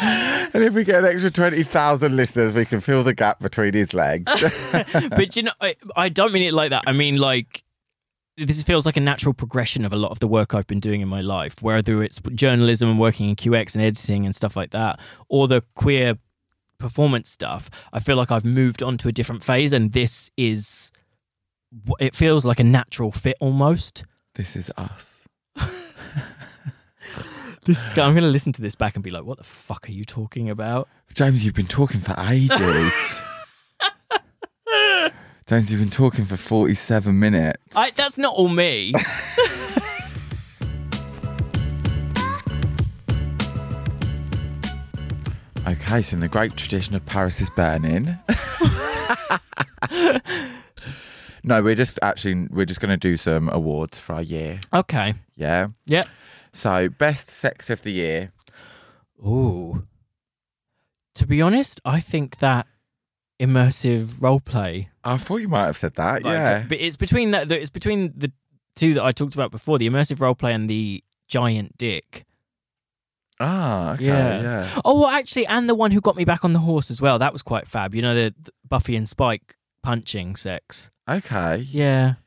A: and if we get an extra twenty thousand listeners, we can fill the gap between his legs.
B: but you know, I, I don't mean it like that. I mean like this feels like a natural progression of a lot of the work I've been doing in my life, whether it's journalism and working in QX and editing and stuff like that, or the queer performance stuff. I feel like I've moved on to a different phase, and this is. It feels like a natural fit almost.
A: this is us.
B: This is, I'm going to listen to this back and be like, "What the fuck are you talking about?"
A: James, you've been talking for ages. James, you've been talking for 47 minutes.
B: I, that's not all me.
A: Okay, so in the great tradition of Paris is burning. no, we're just actually we're just going to do some awards for our year.
B: okay.
A: Yeah.
B: Yep.
A: So best sex of the year.
B: Ooh. To be honest, I think that immersive roleplay.
A: I thought you might have said that.
B: like,
A: yeah.
B: but it's between that. It's between the two that I talked about before: the immersive roleplay and the giant dick.
A: Ah. Okay.
B: Yeah.
A: Yeah.
B: Oh, well, actually, and the one who got me back on the horse as well. That was quite fab. You know, the, the Buffy and Spike punching sex.
A: Okay.
B: Yeah.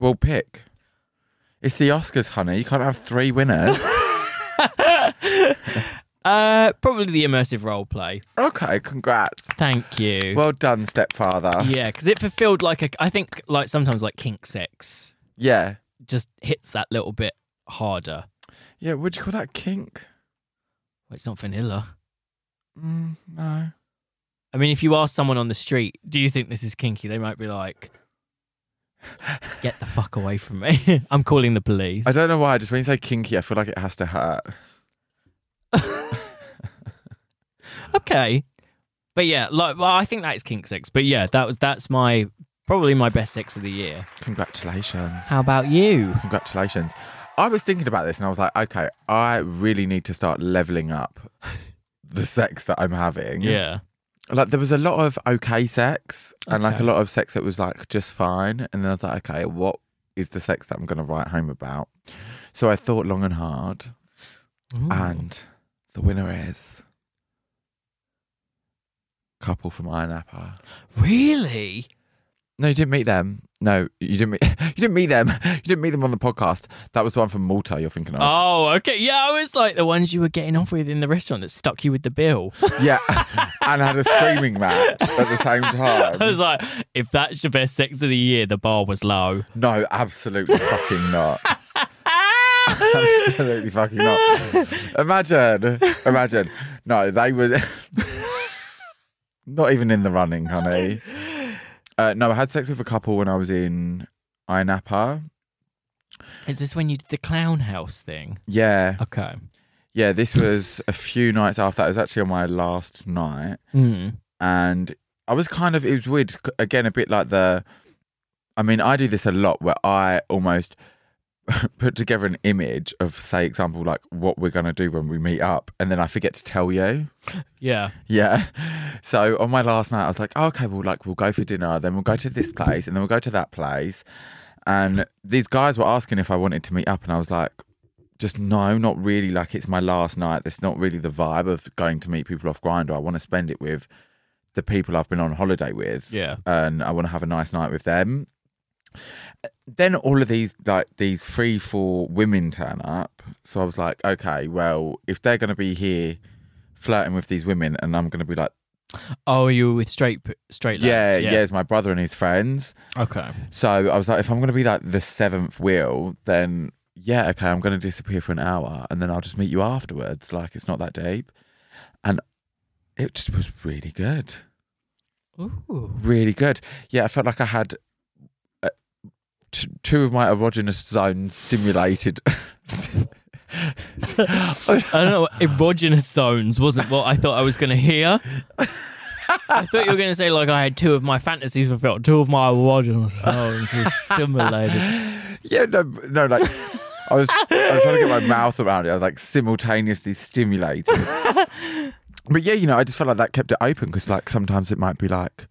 A: Well, pick. It's the Oscars, honey. You can't have three winners.
B: uh, probably the immersive roleplay.
A: okay. Congrats.
B: Thank you.
A: Well uh, done, stepfather.
B: yeah, because it fulfilled like a. I think like sometimes like kink sex.
A: Yeah.
B: just hits that little bit harder.
A: Yeah. Would you call that kink?
B: Well, it's not vanilla.
A: Mm, no.
B: I mean, if you ask someone on the street, do you think this is kinky? They might be like, get the fuck away from me. I'm calling the police.
A: I don't know why. Just when you say kinky, I feel like it has to hurt.
B: okay. But yeah, like, well, I think that is kink sex. But yeah, that was that's my probably my best sex of the year.
A: Congratulations.
B: How about you?
A: Congratulations. I was thinking about this and I was like, okay, I really need to start leveling up the sex that I'm having.
B: Yeah.
A: Like there was a lot of okay sex and like a
B: Okay.
A: lot of sex that was like just fine. And then I was like, okay, what is the sex that I'm going to write home about? So I thought long and hard.
B: Ooh.
A: And the winner is couple from Iron Apple.
B: really?
A: No, you didn't meet them. No, you didn't meet you didn't meet them. You didn't meet them on the podcast. That was the one from Malta you're thinking of.
B: Oh, okay. Yeah, I was like the ones you were getting off with in the restaurant that stuck you with the bill.
A: Yeah. and had a screaming match at the same time.
B: I was like, if that's your best sex of the year, the bar was low.
A: No, absolutely fucking not.
B: Ah!
A: Absolutely fucking not. Imagine. Imagine. No, they were not even in the running, honey. Uh, no, I had sex with a couple when I was in Iron Napa.
B: Is this when you did the clown house thing?
A: Yeah.
B: Okay.
A: Yeah, this was a few nights after that. It was actually on my last night.
B: Mm.
A: And I was kind of, it was weird. c- Again, a bit like the, I mean, I do this a lot where I almost put together an image of, say, example, like what we're going to do when we meet up. And then I forget to tell you.
B: Yeah.
A: Yeah. So on my last night, I was like, oh, okay, well, like we'll go for dinner, then we'll go to this place, and then we'll go to that place. And these guys were asking if I wanted to meet up, and I was like, just no, not really. Like it's my last night. That's not really the vibe of going to meet people off Grinder. I want to spend it with the people I've been on holiday with
B: Yeah.
A: and I want to have a nice night with them. Then all of these like these three, four women turn up. So I was like, okay, well, if they're going to be here flirting with these women, and I'm going to be like,
B: Oh, you were with straight p- straight lads.
A: yeah, yeah, it's my brother and his friends.
B: Okay.
A: So I was like, if I'm going to be like the seventh wheel, then yeah, okay, I'm going to disappear for an hour, and then I'll just meet you afterwards. Like it's not that deep, and it just was really good.
B: Ooh.
A: really good. Yeah, I felt like I had uh, t- two of my erogenous zones stimulated.
B: I don't know. Erogenous zones wasn't what I thought I was going to hear. I thought you were going to say like I had two of my fantasies fulfilled, two of my erogenous zones were stimulated.
A: yeah, no, no, like I was, I was trying to get my mouth around it. I was like simultaneously stimulated. but yeah, you know, I just felt like that kept it open because like sometimes it might be like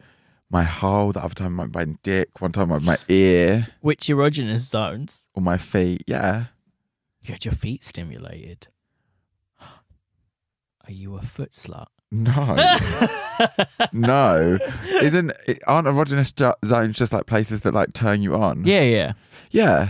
A: my hole, the other time it might be my dick, one time it might be my ear
B: Which erogenous zones?
A: or my feet. Yeah.
B: You had your feet stimulated. Are you a foot slut?
A: No, no, isn't aren't erogenous jo- zones just like places that like turn you on?
B: yeah, yeah.
A: yeah.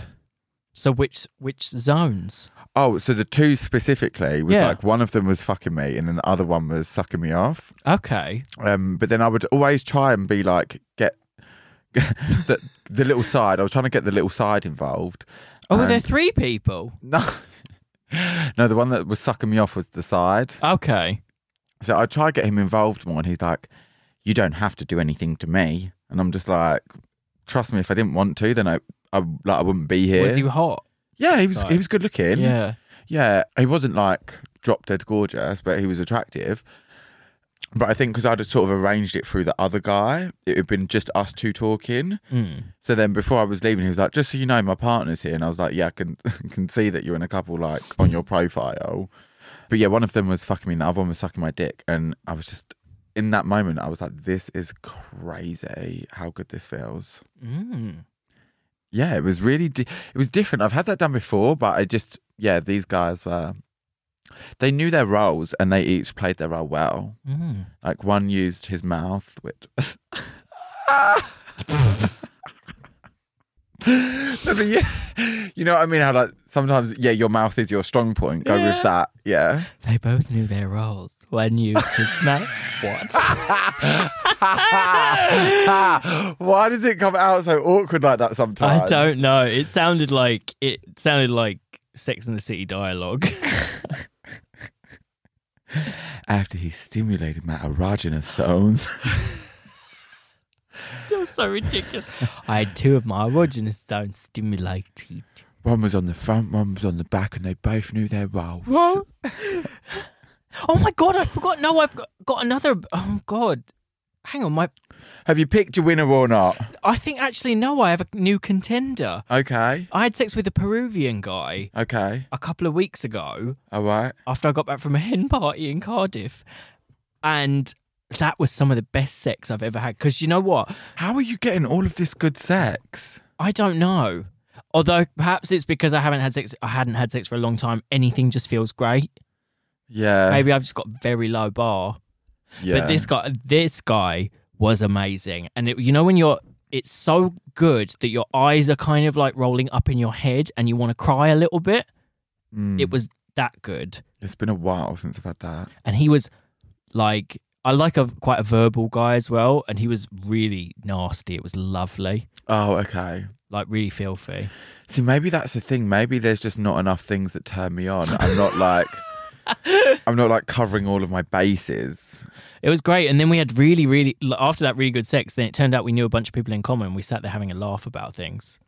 B: So which which zones?
A: Oh, so the two specifically was
B: Yeah.
A: like one of them was fucking me, and then the other one was sucking me off.
B: Okay.
A: Um, but then I would always try and be like, get the the little side. I was trying to get the little side involved.
B: Oh, were there
A: And-
B: three people?
A: No, no, the one that was sucking me off was the side.
B: Okay.
A: So I try to get him involved more, and he's like, "You don't have to do anything to me," and I'm just like, "Trust me, if I didn't want to, then I, I like I wouldn't be here."
B: Was he hot?
A: yeah, he was.
B: Side.
A: He was good looking.
B: Yeah.
A: Yeah, he wasn't like drop dead gorgeous, but he was attractive. But I think because I'd have sort of arranged it through the other guy, it had been just us two talking.
B: Mm.
A: So then before I was leaving, he was like, "Just so you know, my partner's here," and I was like, "Yeah, I can can see that you're in a couple like on your profile." But yeah, one of them was fucking me, and the other one was sucking my dick, and I was just in that moment, I was like, "This is crazy. How good this feels."
B: Mm.
A: yeah, it was really di- it was different. I've had that done before, but I just yeah, these guys were they knew their roles and they each played their role well.
B: Mm.
A: Like one used his mouth, which No, but yeah, you know what I mean? How like sometimes yeah, your mouth is your strong point. Go
B: Yeah.
A: with that, yeah.
B: They both knew their roles when used to smell. What?
A: Why does it come out so awkward like that sometimes?
B: I don't know. It sounded like it sounded like Sex in the City dialogue.
A: After he stimulated my erogenous zones.
B: Still so ridiculous. I had two of my erogenous zones stimulated.
A: One was on the front, one was on the back, and they both knew their roles.
B: Well, oh my god, I forgot. No, I've got, got another. Oh god, hang on. My,
A: Have you picked your winner or not?
B: I think actually no, I have a new contender.
A: Okay.
B: I had sex with a Peruvian guy
A: Okay.
B: a couple of weeks ago
A: All right.
B: after I got back from a hen party in Cardiff, and that was some of the best sex I've ever had. Because you know what,
A: How are you getting all of this good sex?
B: I don't know. Although perhaps it's because I haven't had sex. I hadn't had sex for a long time. Anything just feels great.
A: Yeah.
B: Maybe I've just got very low bar.
A: yeah.
B: But this guy, this guy was amazing, and it, you know when you're, it's so good that your eyes are kind of like rolling up in your head, and you want to cry a little bit.
A: Mm.
B: It was that good,
A: It's been a while since I've had that.
B: and he was like, I like a quite a verbal guy as well, and he was really nasty. It was lovely,
A: Oh, okay.
B: like really filthy.
A: See, maybe that's the thing. Maybe there's just not enough things that turn me on. I'm not like, I'm not like covering all of my bases.
B: It was great, and then we had really, really like, after that really good sex. Then it turned out we knew a bunch of people in common. We sat there having a laugh about things.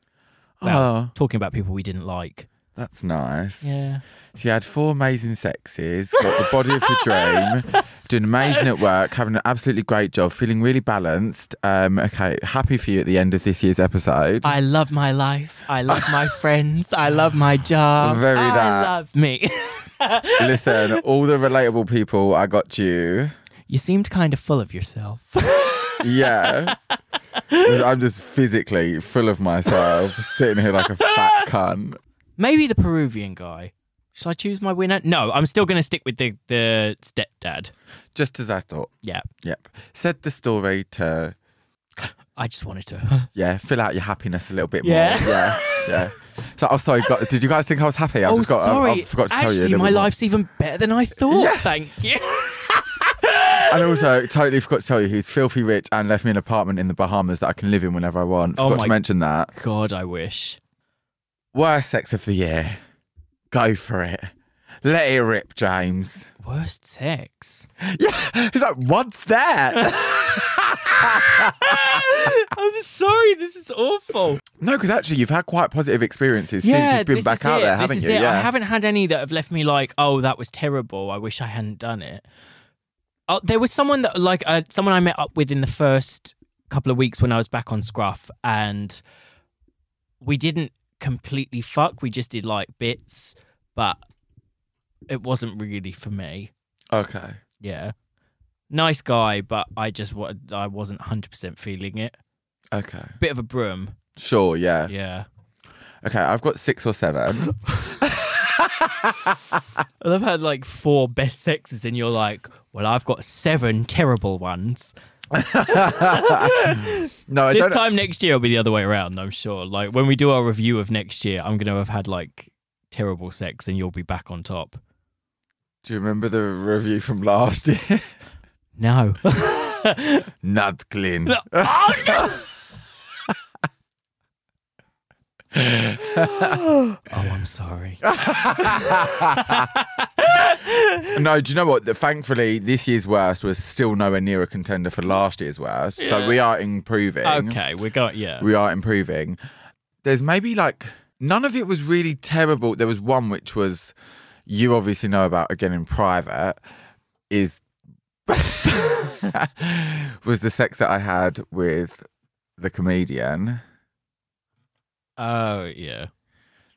B: Wow.
A: Oh,
B: Talking about people we didn't like.
A: that's nice.
B: Yeah.
A: She had four amazing sexes, got the body of her dream, doing amazing at work, having an absolutely great job, feeling really balanced. Um, okay, happy for you at the end of this year's episode.
B: I love my life. I love my friends. I love my job.
A: Very
B: I
A: that.
B: love me.
A: Listen, all the relatable people, I got you.
B: you seemed kind of full of yourself.
A: Yeah. I'm just physically full of myself, sitting here like a fat cunt.
B: Maybe the Peruvian guy. Shall I choose my winner? No, I'm still going to stick with the, the stepdad.
A: Just as I thought.
B: Yeah.
A: Yep. Said the story to
B: I just wanted to.
A: yeah, fill out your happiness a little bit
B: Yeah.
A: more. Yeah, yeah. So, oh, sorry. Got, did you guys think I was happy? I
B: oh,
A: just got. I-
B: sorry.
A: I, forgot to tell
B: Actually,
A: you. a little
B: my
A: bit more.
B: life's even better than I thought.
A: Yeah.
B: Thank you.
A: And also, totally forgot to tell you, he's filthy rich and left me an apartment in the Bahamas that I can live in whenever I want.
B: Oh
A: Forgot
B: my-
A: to mention that.
B: God, I wish.
A: Worst sex of the year. Go for it. Let it rip, James.
B: Worst sex.
A: Yeah. He's like, what's that?
B: I'm sorry. This is awful.
A: no, because actually, you've had quite positive experiences since
B: yeah,
A: you've been
B: this
A: back
B: is
A: out
B: it.
A: there,
B: this
A: haven't
B: is
A: you?
B: It.
A: Yeah.
B: I haven't had any that have left me like, oh, that was terrible. I wish I hadn't done it. Oh, there was someone that like uh, someone I met up with in the first couple of weeks when I was back on Scruff, and we didn't completely fuck. We just did like bits, but it wasn't really for me.
A: Okay.
B: Yeah, nice guy, but I just wa- I wasn't hundred percent feeling it.
A: Okay.
B: Bit of a broom.
A: Sure. Yeah.
B: Yeah.
A: Okay. I've got six or seven.
B: Well, I've had like four best sexes, and you're like, well, I've got seven terrible ones.
A: No, I
B: this
A: don't.
B: time next year, it'll be the other way around, I'm sure. Like, when we do our review of next year, I'm going to have had like terrible sex, and you'll be back on top.
A: Do you remember the review from last year?
B: No.
A: Not clean.
B: oh, no. oh, I'm sorry.
A: No, do you know what? Thankfully, this year's worst was still nowhere near a contender for last year's worst. So we are improving.
B: Okay, we're going, yeah.
A: We are improving. There's maybe like none of it was really terrible. There was one which was you obviously know about again in private is was the sex that I had with the comedian.
B: Oh, yeah.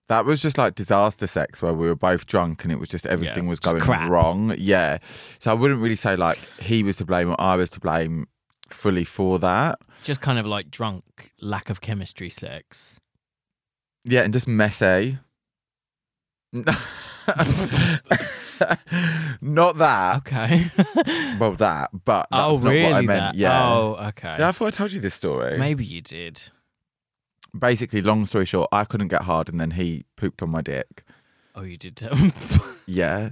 A: That was just like disaster sex where we were both drunk and it was just everything
B: Yeah,
A: was
B: just
A: going
B: crap.
A: wrong. Yeah. So I wouldn't really say like he was to blame or I was to blame fully for that.
B: Just kind of like drunk, lack of chemistry sex.
A: Yeah, and just messy. Not that.
B: Okay.
A: Well, that, Uh, but that's
B: oh,
A: not
B: really?
A: what I meant.
B: That-
A: Yeah.
B: Oh, okay.
A: Yeah, I thought I told you this story.
B: Maybe you did.
A: Basically, long story short, I couldn't get hard and then he pooped on my dick.
B: Oh, you did. tell me.
A: Yeah.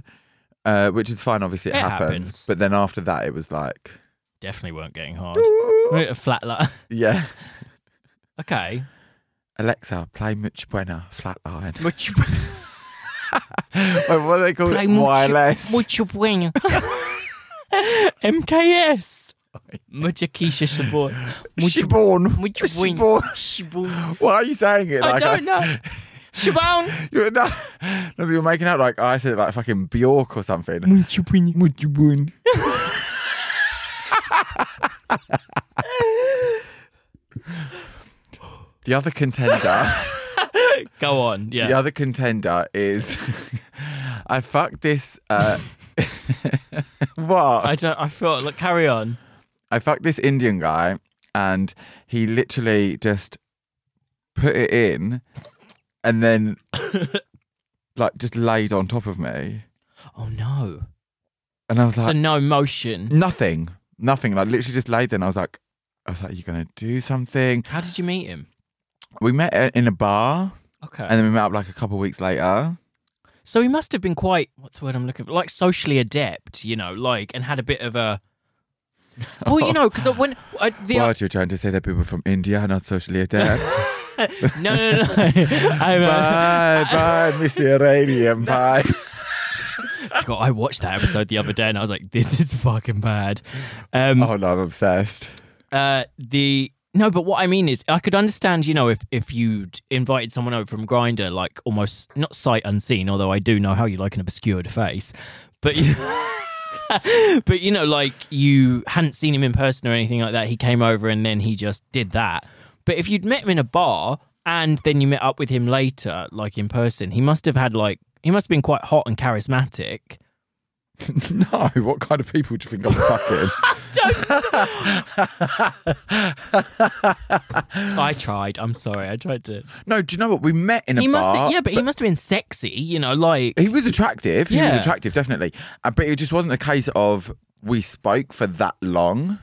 A: Uh, which is fine, obviously, it,
B: It
A: happens.
B: happens.
A: But then after that, it was like,
B: Definitely weren't getting hard. Wait, A flat line.
A: yeah.
B: Okay.
A: Alexa, play Much Buena Flatline.
B: Mucho,
A: Wait, what are they called?
B: play
A: it?
B: mucho-
A: Wireless.
B: mucho bueno. MKS. Mucha Keisha Shabor. Mucho,
A: Shibon.
B: mucho bueno.
A: Shibon.
B: Shibon.
A: Why are you saying it?
B: I
A: like
B: don't know. Shabon.
A: You're, no, no, but you're making out like I said it like fucking Bjork or something.
B: Mucho bueno.
A: Much Buena. The other contender,
B: Go on.
A: the
B: Yeah.
A: other contender is, I fucked this. Uh, what?
B: I don't. I feel. Look, carry on.
A: I fucked this Indian guy and he literally just put it in and then like just laid on top of me.
B: Oh no.
A: And I was
B: So
A: like,
B: no motion.
A: nothing, nothing. Like literally just laid there. And I was like, I was like, you're going to do something.
B: How did you meet him?
A: We met a- in a bar
B: Okay.
A: and then we met up like a couple weeks later.
B: So he must have been quite what's the word I'm looking for, like socially adept, you know, like and had a bit of a. Well, you know, because when I, the
A: Well, you're trying to say that people from India are not socially adept.
B: no no no, I'm, uh,
A: bye, bye, Mr. Iranian, bye.
B: God, I watched that episode the other day and I was like, this is fucking bad. Um,
A: Oh no, I'm obsessed.
B: uh, the No, but what I mean is, I could understand, you know, if if you'd invited someone over from Grinder, like almost not sight unseen, although I do know how you like an obscured face, but you, but you know, like you hadn't seen him in person or anything like that. He came over and then he just did that. But if you'd met him in a bar and then you met up with him later, like in person, he must have had like he must have been quite hot and charismatic.
A: no, what kind of people do you think I'm fucking?
B: I tried. I'm sorry, I tried to.
A: No, do you know what? We met in a
B: He
A: bar.
B: must, have, yeah, but he must have been sexy, you know, like
A: He was attractive. He
B: Yeah.
A: was attractive, definitely. Uh, but it just wasn't a case of we spoke for that long.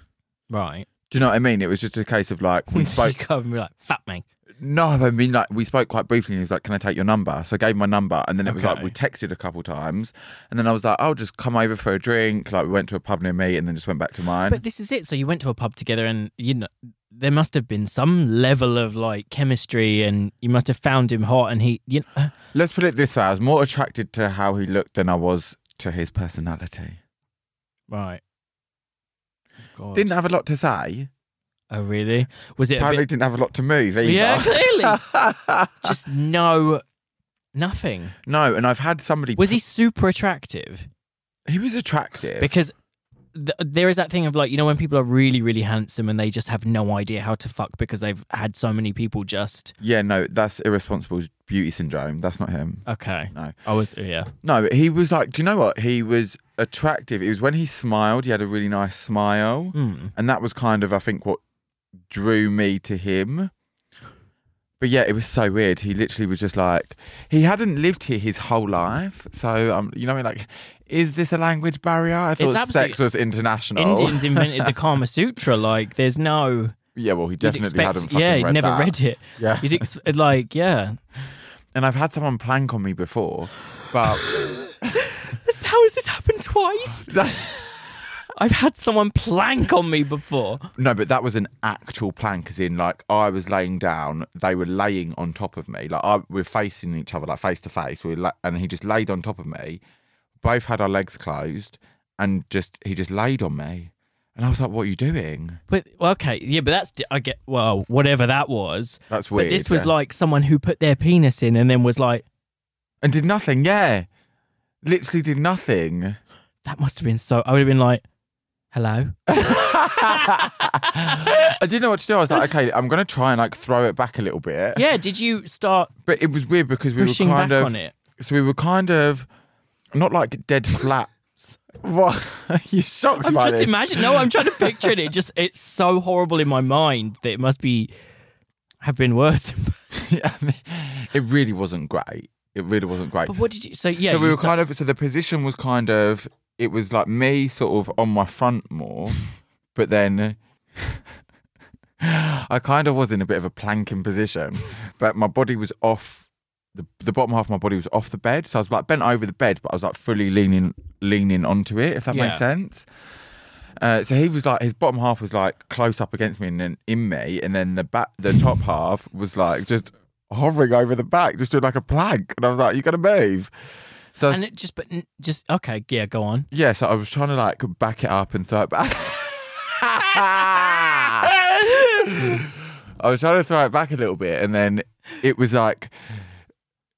B: right.
A: Do you know what I mean? It was just a case of like we
B: She
A: spoke.
B: come and be like, fat man.
A: no, I mean like we spoke quite briefly. and He was like, "Can I take your number?" So I gave him my number, and then it was like
B: Okay.
A: we texted a couple times, and then I was like, "I'll just come over for a drink." Like we went to a pub near me, and then just went back to mine.
B: But this is it. So you went to a pub together, and you know there must have been some level of like chemistry, and you must have found him hot, and he, you know,
A: Let's put it this way: I was more attracted to how he looked than I was to his personality.
B: right. God.
A: Didn't have a lot to say.
B: oh really? Was it? A
A: Apparently,
B: bit,
A: didn't have a lot to move either.
B: yeah, clearly. Just no, nothing.
A: no, and I've had somebody.
B: Was he super attractive?
A: He was attractive.
B: Because. th- There is that thing of like you know when people are really really handsome and they just have no idea how to fuck because they've had so many people just
A: yeah, no, that's irresponsible beauty syndrome. That's not him.
B: okay
A: No.
B: I was yeah
A: No, he was like, do you know what? He was attractive. It was when he smiled, he had a really nice smile.
B: Hmm.
A: And that was kind of, I think, what drew me to him. But yeah, it was so weird. He literally was just like, he hadn't lived here his whole life. So, um, you know, like, is this a language barrier? I thought sex
B: absolute-
A: was international.
B: Indians invented the Kama Sutra like there's no
A: yeah, well, he
B: You'd
A: definitely
B: expect-
A: hadn't fucking
B: yeah,
A: read
B: never
A: that.
B: read it.
A: Yeah.
B: You'd ex- like, yeah.
A: And I've had someone plank on me before, but
B: How has this happened twice? I've had someone plank on me before.
A: No, but that was an actual plank, as in, like, I was laying down, they were laying on top of me. Like, I, we're facing each other, like, face to face. We were la- and he just laid on top of me. Both had our legs closed, and just, he just laid on me. And I was like, what are you doing?
B: But well, okay, yeah, but that's di- I get well, whatever that was.
A: That's
B: but
A: weird.
B: this was
A: yeah.
B: like someone who put their penis in and then was like,
A: And did nothing, yeah. Literally did nothing.
B: that must have been so. I would have been like, hello.
A: I didn't know what to do. I was like, okay, I'm going to try and, like, throw it back a little bit.
B: Yeah. Did you start
A: But it was weird because we
B: pushing
A: were
B: back
A: kind of.
B: on it?
A: So we were kind of not like dead flat. what? you shocked
B: I'm
A: by
B: just
A: this?
B: imagine. No, I'm trying to picture it. It just it's so horrible in my mind that it must be have been worse.
A: Yeah, I mean, it really wasn't great. It really wasn't great.
B: but what did you? So yeah.
A: so we
B: you
A: were
B: sta-
A: kind of. So the position was kind of. It was like me sort of on my front more, but then. I kind of was in a bit of a planking position, but my body was off the the bottom half of my body was off the bed, so I was like bent over the bed, but I was like fully leaning leaning onto it, if that
B: Yeah.
A: makes sense. Uh, so he was like his bottom half was like close up against me and then in me, and then the back the top half was like just hovering over the back, just doing like a plank, and I was like, "You gotta move." So I was-
B: and it just but n- just okay yeah go on
A: yeah, so I was trying to like back it up and throw it back. I was trying to throw it back a little bit, and then it was like,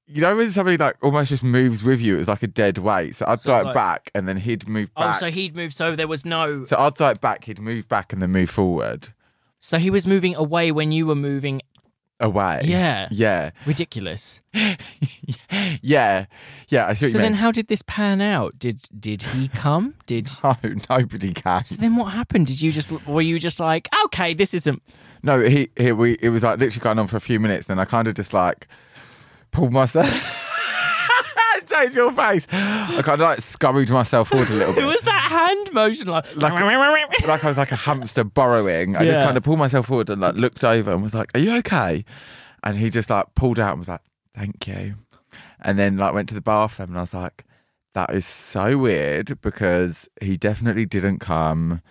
A: you know, when somebody like almost just moves with you, it was like a dead weight. So I'd
B: So
A: throw
B: it's
A: it
B: like-
A: back, and then he'd move
B: oh
A: back.
B: so he'd moved so there was no
A: so I'd throw it back, he'd move back, and then move forward
B: so he was moving away when you were moving
A: away.
B: yeah
A: yeah,
B: ridiculous
A: yeah, yeah. I see what
B: so
A: you
B: then
A: mean.
B: how did this pan out did did he come did so
A: no, nobody can.
B: then what happened did you just were you just like okay this isn't
A: No, he, he we it was like literally going on for a few minutes, then I kind of just like pulled myself. Change your face. I kind of like scurried myself forward a little
B: it
A: bit.
B: was that hand motion like,
A: like I was like a hamster burrowing. I just
B: Yeah.
A: kind of pulled myself forward and like looked over and was like, "Are you okay?" And he just like pulled out and was like, "Thank you," and then like went to the bathroom and I was like, "That is so weird because he definitely didn't come.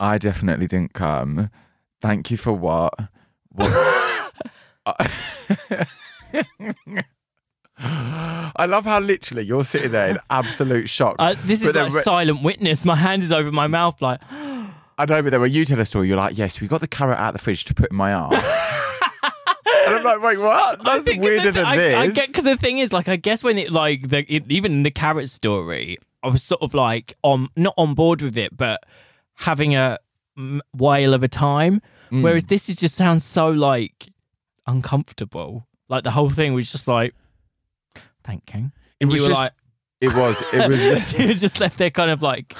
A: I definitely didn't come. Thank you for what? What?" I love how literally you're sitting there in absolute shock.
B: uh, this is
A: But
B: like
A: then re-
B: silent witness my hand is over my mouth like
A: I know, but then when you tell a story, you're like, yes, we got the carrot out of the fridge to put in my ass. and I'm like, wait, what? That's weirder than
B: I,
A: this.
B: I get because the thing is, like, I guess when it like the it, even the carrot story, I was sort of like on not on board with it, but having a mm, whale of a time.
A: Hmm. Mm.
B: Whereas this is just sounds so like uncomfortable. Like the whole thing was just like, thank you.
A: it
B: you
A: was
B: were
A: just,
B: like-
A: it was, it was.
B: you were just left there, kind of like,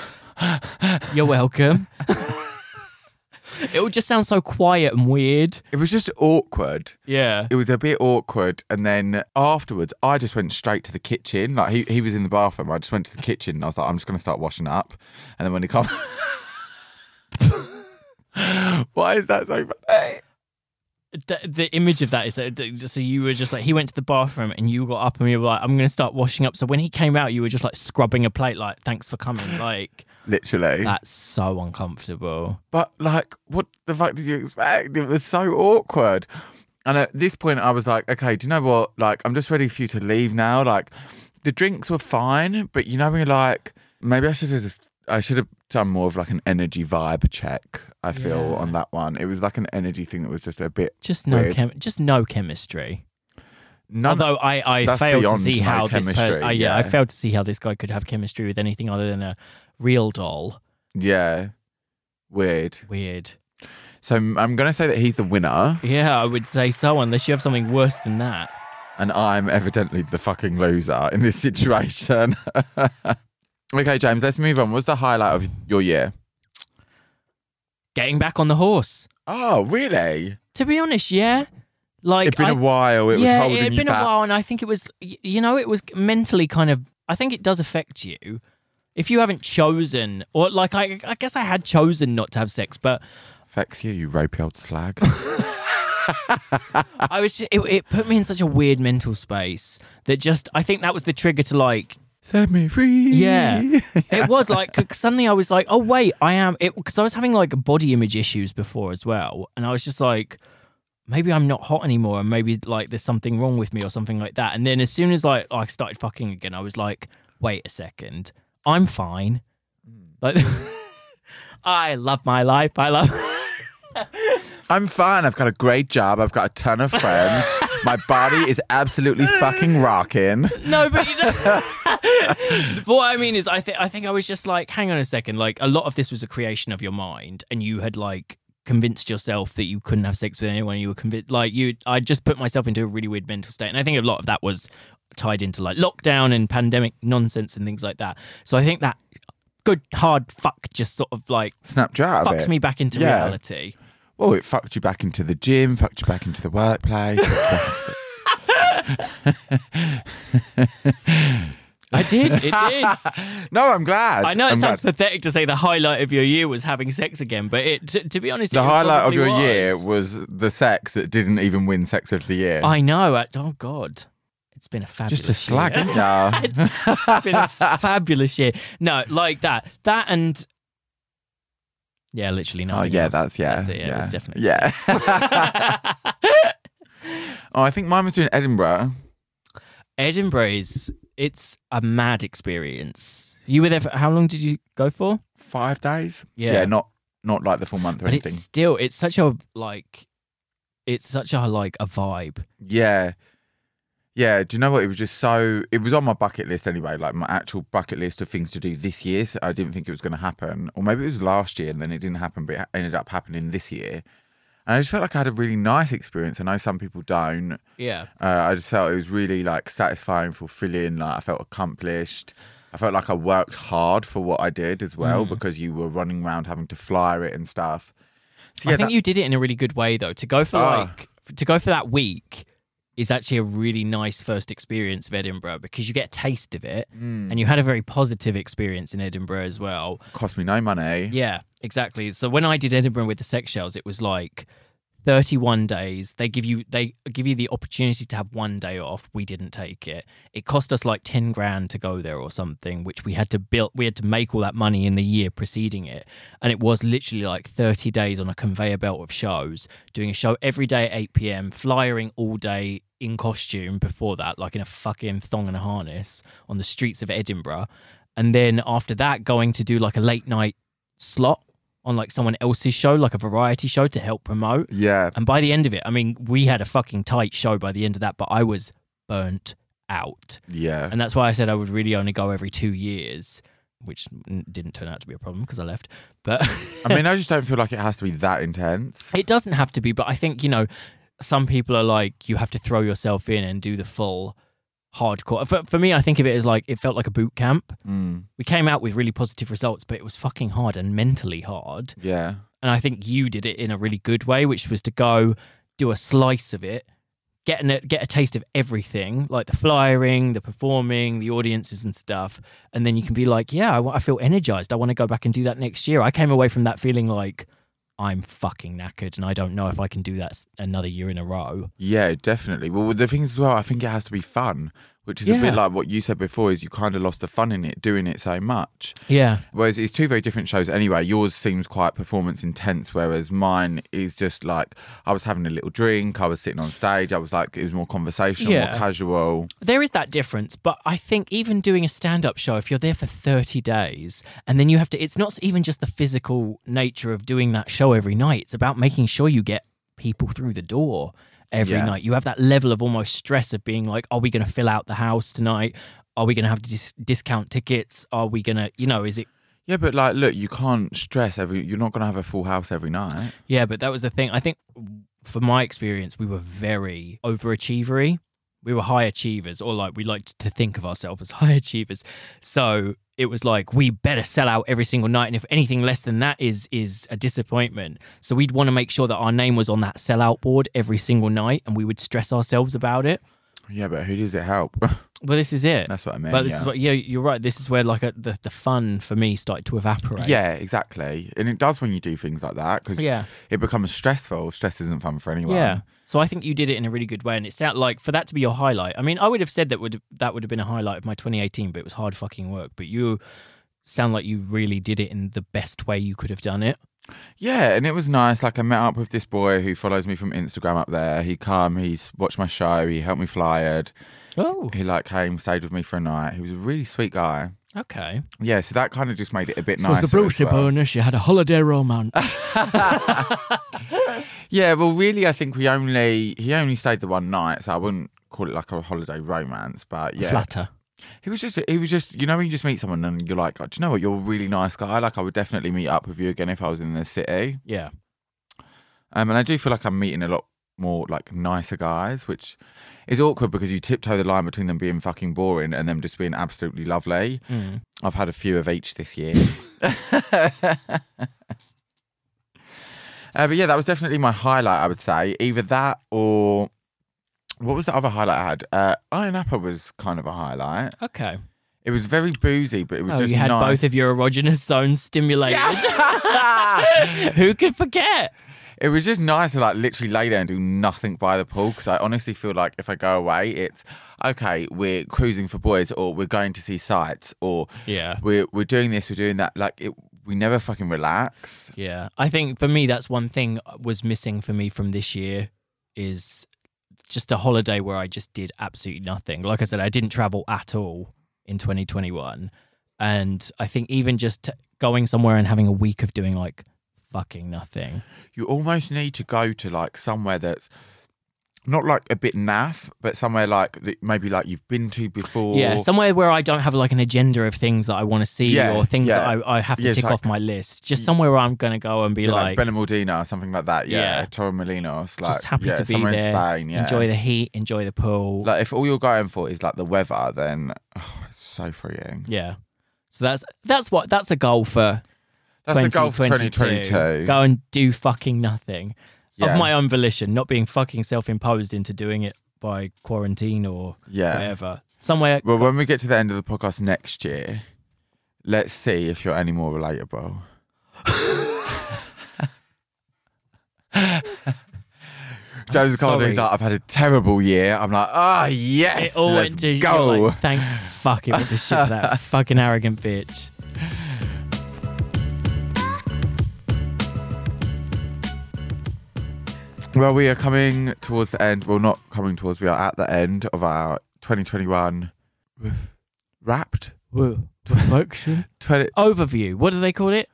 B: you're welcome. it all just sounds so quiet and weird.
A: It was just awkward.
B: Yeah.
A: It was a bit awkward. And then afterwards, I just went straight to the kitchen. Like, he, he was in the bathroom. I just went to the kitchen and I was like, I'm just going to start washing up. And then when he comes. Why is that so funny?
B: the, the image of that is that so you were just like he went to the bathroom and you got up and you were like I'm gonna start washing up. So when he came out, you were just like scrubbing a plate, like thanks for coming. Like
A: Literally.
B: that's so uncomfortable.
A: But like, what the fuck did you expect? It was so awkward. And at this point, I was like, okay, do you know what? Like, I'm just ready for you to leave now. Like, the drinks were fine, but you know, we're like, maybe I should have just, I should have done more of like an energy vibe check. I feel
B: Yeah.
A: on that one, it was like an energy thing that was just a bit
B: Just no
A: Weird.
B: chem- just no chemistry.
A: none.
B: Although I I
A: that's
B: failed to
A: beyond
B: see
A: no
B: how this per-
A: chemistry,
B: I, yeah I
A: yeah.
B: failed to see how this guy could have chemistry with anything other than a real doll.
A: yeah, weird.
B: Weird.
A: So I'm gonna say that he's the winner,
B: Yeah, I would say so unless you have something worse than that.
A: and I'm evidently the fucking loser in this situation. okay, James, let's move on. What's the highlight of your year?
B: Getting back on the horse.
A: Oh, really?
B: To be honest, yeah. Like
A: It'd been
B: I
A: a while. It
B: yeah,
A: was holding
B: it had
A: you
B: been
A: back.
B: a while, and I think it was, y- you know, it was mentally kind of. I think it does affect you if you haven't chosen, or like I, I guess I had chosen not to have sex, but
A: Affects you, you ropey old slag. Ah.
B: I was. Just, it, it put me in such a weird mental space that just. I think that was the trigger to like.
A: Set me free.
B: Yeah. It was like 'cause suddenly I was like, oh wait, I am it because I was having like body image issues before as well, and I was just like, maybe I'm not hot anymore, and maybe like there's something wrong with me or something like that. And then as soon as like I started fucking again, I was like, wait a second, I'm fine. Like, I love my life. I love.
A: I'm fine. I've got a great job. I've got a ton of friends. My body is absolutely fucking rocking.
B: No, but you know, but what I mean is, I think I think I was just like, hang on a second. Like a lot of this was a creation of your mind, and you had like convinced yourself that you couldn't have sex with anyone. You were convinced, like you. I just put myself into a really weird mental state, and I think a lot of that was tied into like lockdown and pandemic nonsense and things like that. So I think that good hard fuck just sort of like
A: Snapped you out of
B: fucks
A: it.
B: me back into
A: Yeah.
B: reality.
A: Well, Oh, it fucked you back into the gym, fucked you back into the workplace. fucked you back into the-
B: I did. It did.
A: no, I'm glad.
B: I know it
A: I'm
B: sounds
A: glad.
B: pathetic to say the highlight of your year was having sex again, but it, to, to be honest,
A: The
B: it
A: highlight of
B: probably
A: your
B: was.
A: year was the sex that didn't even win sex of the year.
B: I know. I, oh God, it's been a fabulous
A: Just a slag,
B: year.
A: ain't ya?
B: it's it's been a fabulous year. No, like that. That and yeah, literally
A: Oh
B: nothing.
A: yeah,
B: else.
A: that's yeah.
B: That's it. Yeah,
A: yeah.
B: that's definitely
A: yeah. oh, I think mine was doing Edinburgh.
B: Edinburgh is it's a mad experience. You were there for how long did you go for?
A: five days.
B: Yeah.
A: Yeah, not not like the full month or
B: But
A: anything.
B: it's still it's such a like it's such a like a vibe.
A: Yeah, yeah. Do you know what? It was just so. It was on my bucket list anyway, like my actual bucket list of things to do this year. So I didn't think it was going to happen, or maybe it was last year and then it didn't happen, but it ended up happening this year. And I just felt like I had a really nice experience. I know some people don't.
B: Yeah.
A: Uh, I just felt it was really like satisfying, fulfilling. Like I felt accomplished. I felt like I worked hard for what I did as
B: Mm.
A: well because you were running around having to flyer it and stuff. So yeah,
B: I think
A: that-
B: you did it in a really good way though. To go for
A: Ah.
B: like to go for that week is actually a really nice first experience of Edinburgh because you get a taste of it
A: Hmm.
B: and you had a very positive experience in Edinburgh as well.
A: cost me no money.
B: Yeah, exactly. So when I did Edinburgh with the sex shells, it was like 31 days. They give you they give you the opportunity to have one day off. We didn't take it. It cost us like 10 grand to go there or something, which we had to build we had to make all that money in the year preceding it. And it was literally like 30 days on a conveyor belt of shows, doing a show every day at 8 p.m., flyering all day in costume before that, like in a fucking thong and a harness on the streets of Edinburgh. And then after that, going to do like a late night slot on like someone else's show, like a variety show to help promote.
A: Yeah.
B: And by the end of it, I mean, we had a fucking tight show by the end of that, but I was burnt out.
A: Yeah.
B: And that's why I said I would really only go every two years, which n- didn't turn out to be a problem because I left. But
A: I mean, I just don't feel like it has to be that intense.
B: it doesn't have to be. But I think, you know, some people are like, you have to throw yourself in and do the full hardcore. For, for me, I think of it as like, it felt like a boot camp.
A: Mm.
B: We came out with really positive results, but it was fucking hard and mentally hard.
A: Yeah.
B: and I think you did it in a really good way, which was to go do a slice of it, get an, get a taste of everything, like the flyering, the performing, the audiences and stuff, and then you can be like, yeah, I, wa- I feel energized. I want to go back and do that next year. I came away from that feeling like I'm fucking knackered, and I don't know if I can do that s- another year in a row.
A: Yeah, definitely. Well, the thing is as well, I think it has to be fun, which is a
B: Yeah.
A: bit like what you said before. Is you kind of lost the fun in it doing it so much.
B: Yeah,
A: Whereas it's two very different shows anyway. Yours seems quite performance intense, whereas mine is just like I was having a little drink, I was sitting on stage, I was like it was more conversational,
B: Yeah.
A: more casual.
B: there is that difference, but I think even doing a stand up show, if you're there for 30 days and then you have to, it's not even just the physical nature of doing that show every night, it's about making sure you get people through the door every
A: Yeah.
B: night. You have that level of almost stress of being like, are we going to fill out the house tonight? Are we going to have to dis- discount tickets? Are we going to, you know, is it
A: Yeah, but like, look, you can't stress every. You're not gonna have a full house every night.
B: Yeah, but that was the thing. I think for my experience, we were very overachievery. We were high achievers, or like we liked to think of ourselves as high achievers. So it was like we better sell out every single night, and if anything less than that is is a disappointment. So we'd want to make sure that our name was on that sellout board every single night, and we would stress ourselves about it.
A: Yeah, but who does it help?
B: But this is it.
A: That's what I mean.
B: but this
A: yeah.
B: is what yeah, you're right. This is where like a, the the fun for me started to evaporate.
A: Yeah, exactly. And it does when you do things like that because
B: Yeah.
A: it becomes stressful. Stress isn't fun for anyone.
B: Yeah. So I think you did it in a really good way, and it sounded like for that to be your highlight. I mean, I would have said that would that would have been a highlight of my 2018, but it was hard fucking work. But you sound like you really did it in the best way you could have done it.
A: Yeah, and it was nice. Like I met up with this boy who follows me from Instagram up there. He come, he's watched my show, he helped me flyered.
B: Oh,
A: He like came, stayed with me for a night. He was a really sweet guy.
B: okay.
A: Yeah, so that kind of just made it a bit nicer. as well.
B: bonus. You had a holiday romance.
A: Yeah, well, really, I think we only he only stayed the one night, so I wouldn't call it like a holiday romance. But yeah,
B: Flatter.
A: he was just he was just you know when you just meet someone and you're like, oh, do you know what? You're a really nice guy. Like I would definitely meet up with you again if I was in the city.
B: Yeah.
A: Um, and I do feel like I'm meeting a lot more like nicer guys, which is awkward because you tiptoe the line between them being fucking boring and them just being absolutely lovely.
B: Mm.
A: I've had a few of each this year. Uh, but yeah, that was definitely my highlight. I would say either that or what was the other highlight I had? Uh, Iron Apple was kind of a highlight.
B: Okay.
A: It was very boozy, but it was
B: Oh,
A: just
B: you had
A: nice.
B: both of your erogenous zones stimulated. Who could forget?
A: It was just nice to like literally lay there and do nothing by the pool because I honestly feel like if I go away, it's okay. We're cruising for boys, or we're going to see sights, or
B: Yeah.
A: we're we're doing this, we're doing that. Like it, we never fucking relax.
B: Yeah, I think for me that's one thing uh, was missing for me from this year is just a holiday where I just did absolutely nothing. Like I said, I didn't travel at all in 2021, and I think even just t- going somewhere and having a week of doing like fucking nothing.
A: You almost need to go to like somewhere that's not like a bit naff, but somewhere like that maybe like you've been to before.
B: yeah, somewhere where I don't have like an agenda of things that I want to see
A: Yeah,
B: or things
A: yeah.
B: that I, I have to
A: Yeah, it's
B: tick
A: like-
B: off my list. Just somewhere where I'm gonna go and be
A: Yeah,
B: like,
A: like, Benalmádena or something like that. Yeah,
B: Yeah.
A: Torremolinos. Like
B: just happy
A: yeah,
B: to be
A: somewhere
B: there,
A: in Spain. Yeah,
B: enjoy the heat, enjoy the pool.
A: like if all you're going for is like the weather, then oh, it's so freeing.
B: Yeah. So that's that's what that's a goal for.
A: That's the goal for
B: 2022.
A: 2022.
B: Go and do fucking nothing
A: Yeah.
B: of my own volition, not being fucking self-imposed into doing it by quarantine or
A: Yeah.
B: whatever. Somewhere.
A: Well, when we get to the end of the podcast next year, let's see if you're any more relatable. Joe's
B: sorry.
A: Cardi's like, I've had a terrible year. I'm like, ah, yes,
B: it all
A: let's
B: went to you're
A: go.
B: like, Thank fuck it went to shit for that fucking arrogant bitch.
A: Well, we are coming towards the end. Well, not coming towards. We are at the end of our 2021 with Wrapped.
B: Whoa. Folks,
A: Twenty.
B: Overview. What do they call it?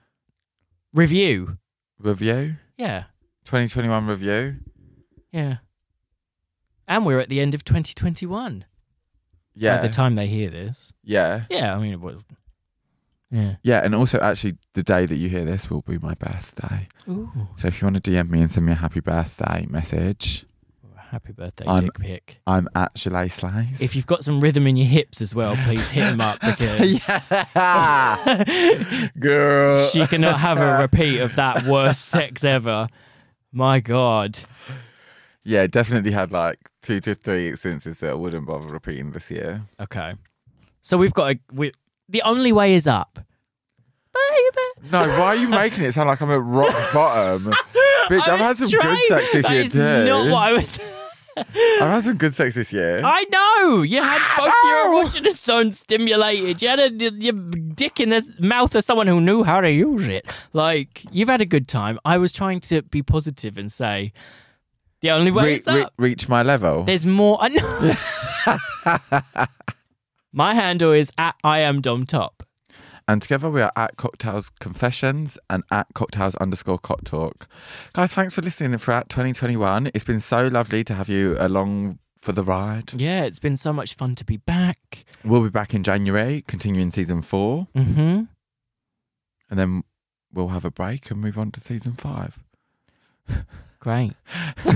B: Review.
A: Review?
B: Yeah.
A: 2021 review?
B: Yeah. And we're at the end of 2021
A: Yeah.
B: by the time they hear this.
A: yeah.
B: Yeah, I mean, it was. Yeah.
A: Yeah. And also, actually, the day that you hear this will be my birthday.
B: Ooh.
A: So if you want to DM me and send me a happy birthday message,
B: Happy birthday,
A: I'm-
B: dick pic.
A: I'm at Chalet Slice.
B: If you've got some rhythm in your hips as well, please hit him up because
A: yeah. Girl.
B: she cannot have a repeat of that worst sex ever. My God.
A: Yeah, definitely had like two to three instances that I wouldn't bother repeating this year.
B: Okay. So we've got a. We, the only way is up. Baby.
A: No, why are you making it sound like I'm at rock bottom? Bitch,
B: I
A: I've had
B: was
A: some
B: trying-
A: good sex this
B: that
A: year
B: is
A: too.
B: not what I was.
A: I've had some good sex this year.
B: I know you had
A: Ah,
B: both your erogenous zones stimulated. You had a, your dick in the mouth of someone who knew how to use it. Like you've had a good time. I was trying to be positive and say the only way
A: Re-
B: is
A: re-
B: up.
A: reach my level.
B: There's more. I know. My handle is at I am Dom Top.
A: And together we are at Cocktails Confessions and at Cocktails underscore Cock Talk. Guys, thanks for listening throughout 2021. It's been so lovely to have you along for the ride.
B: Yeah, it's been so much fun to be back.
A: We'll be back in January, continuing season four,
B: Mm-hmm.
A: and then we'll have a break and move on to season five.
B: Great.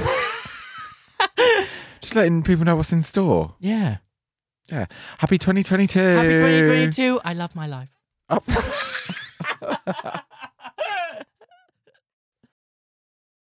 A: Just letting people know what's in store.
B: Yeah.
A: Happy 2022. Uh.
B: Happy 2022. I love my life.
A: Oh.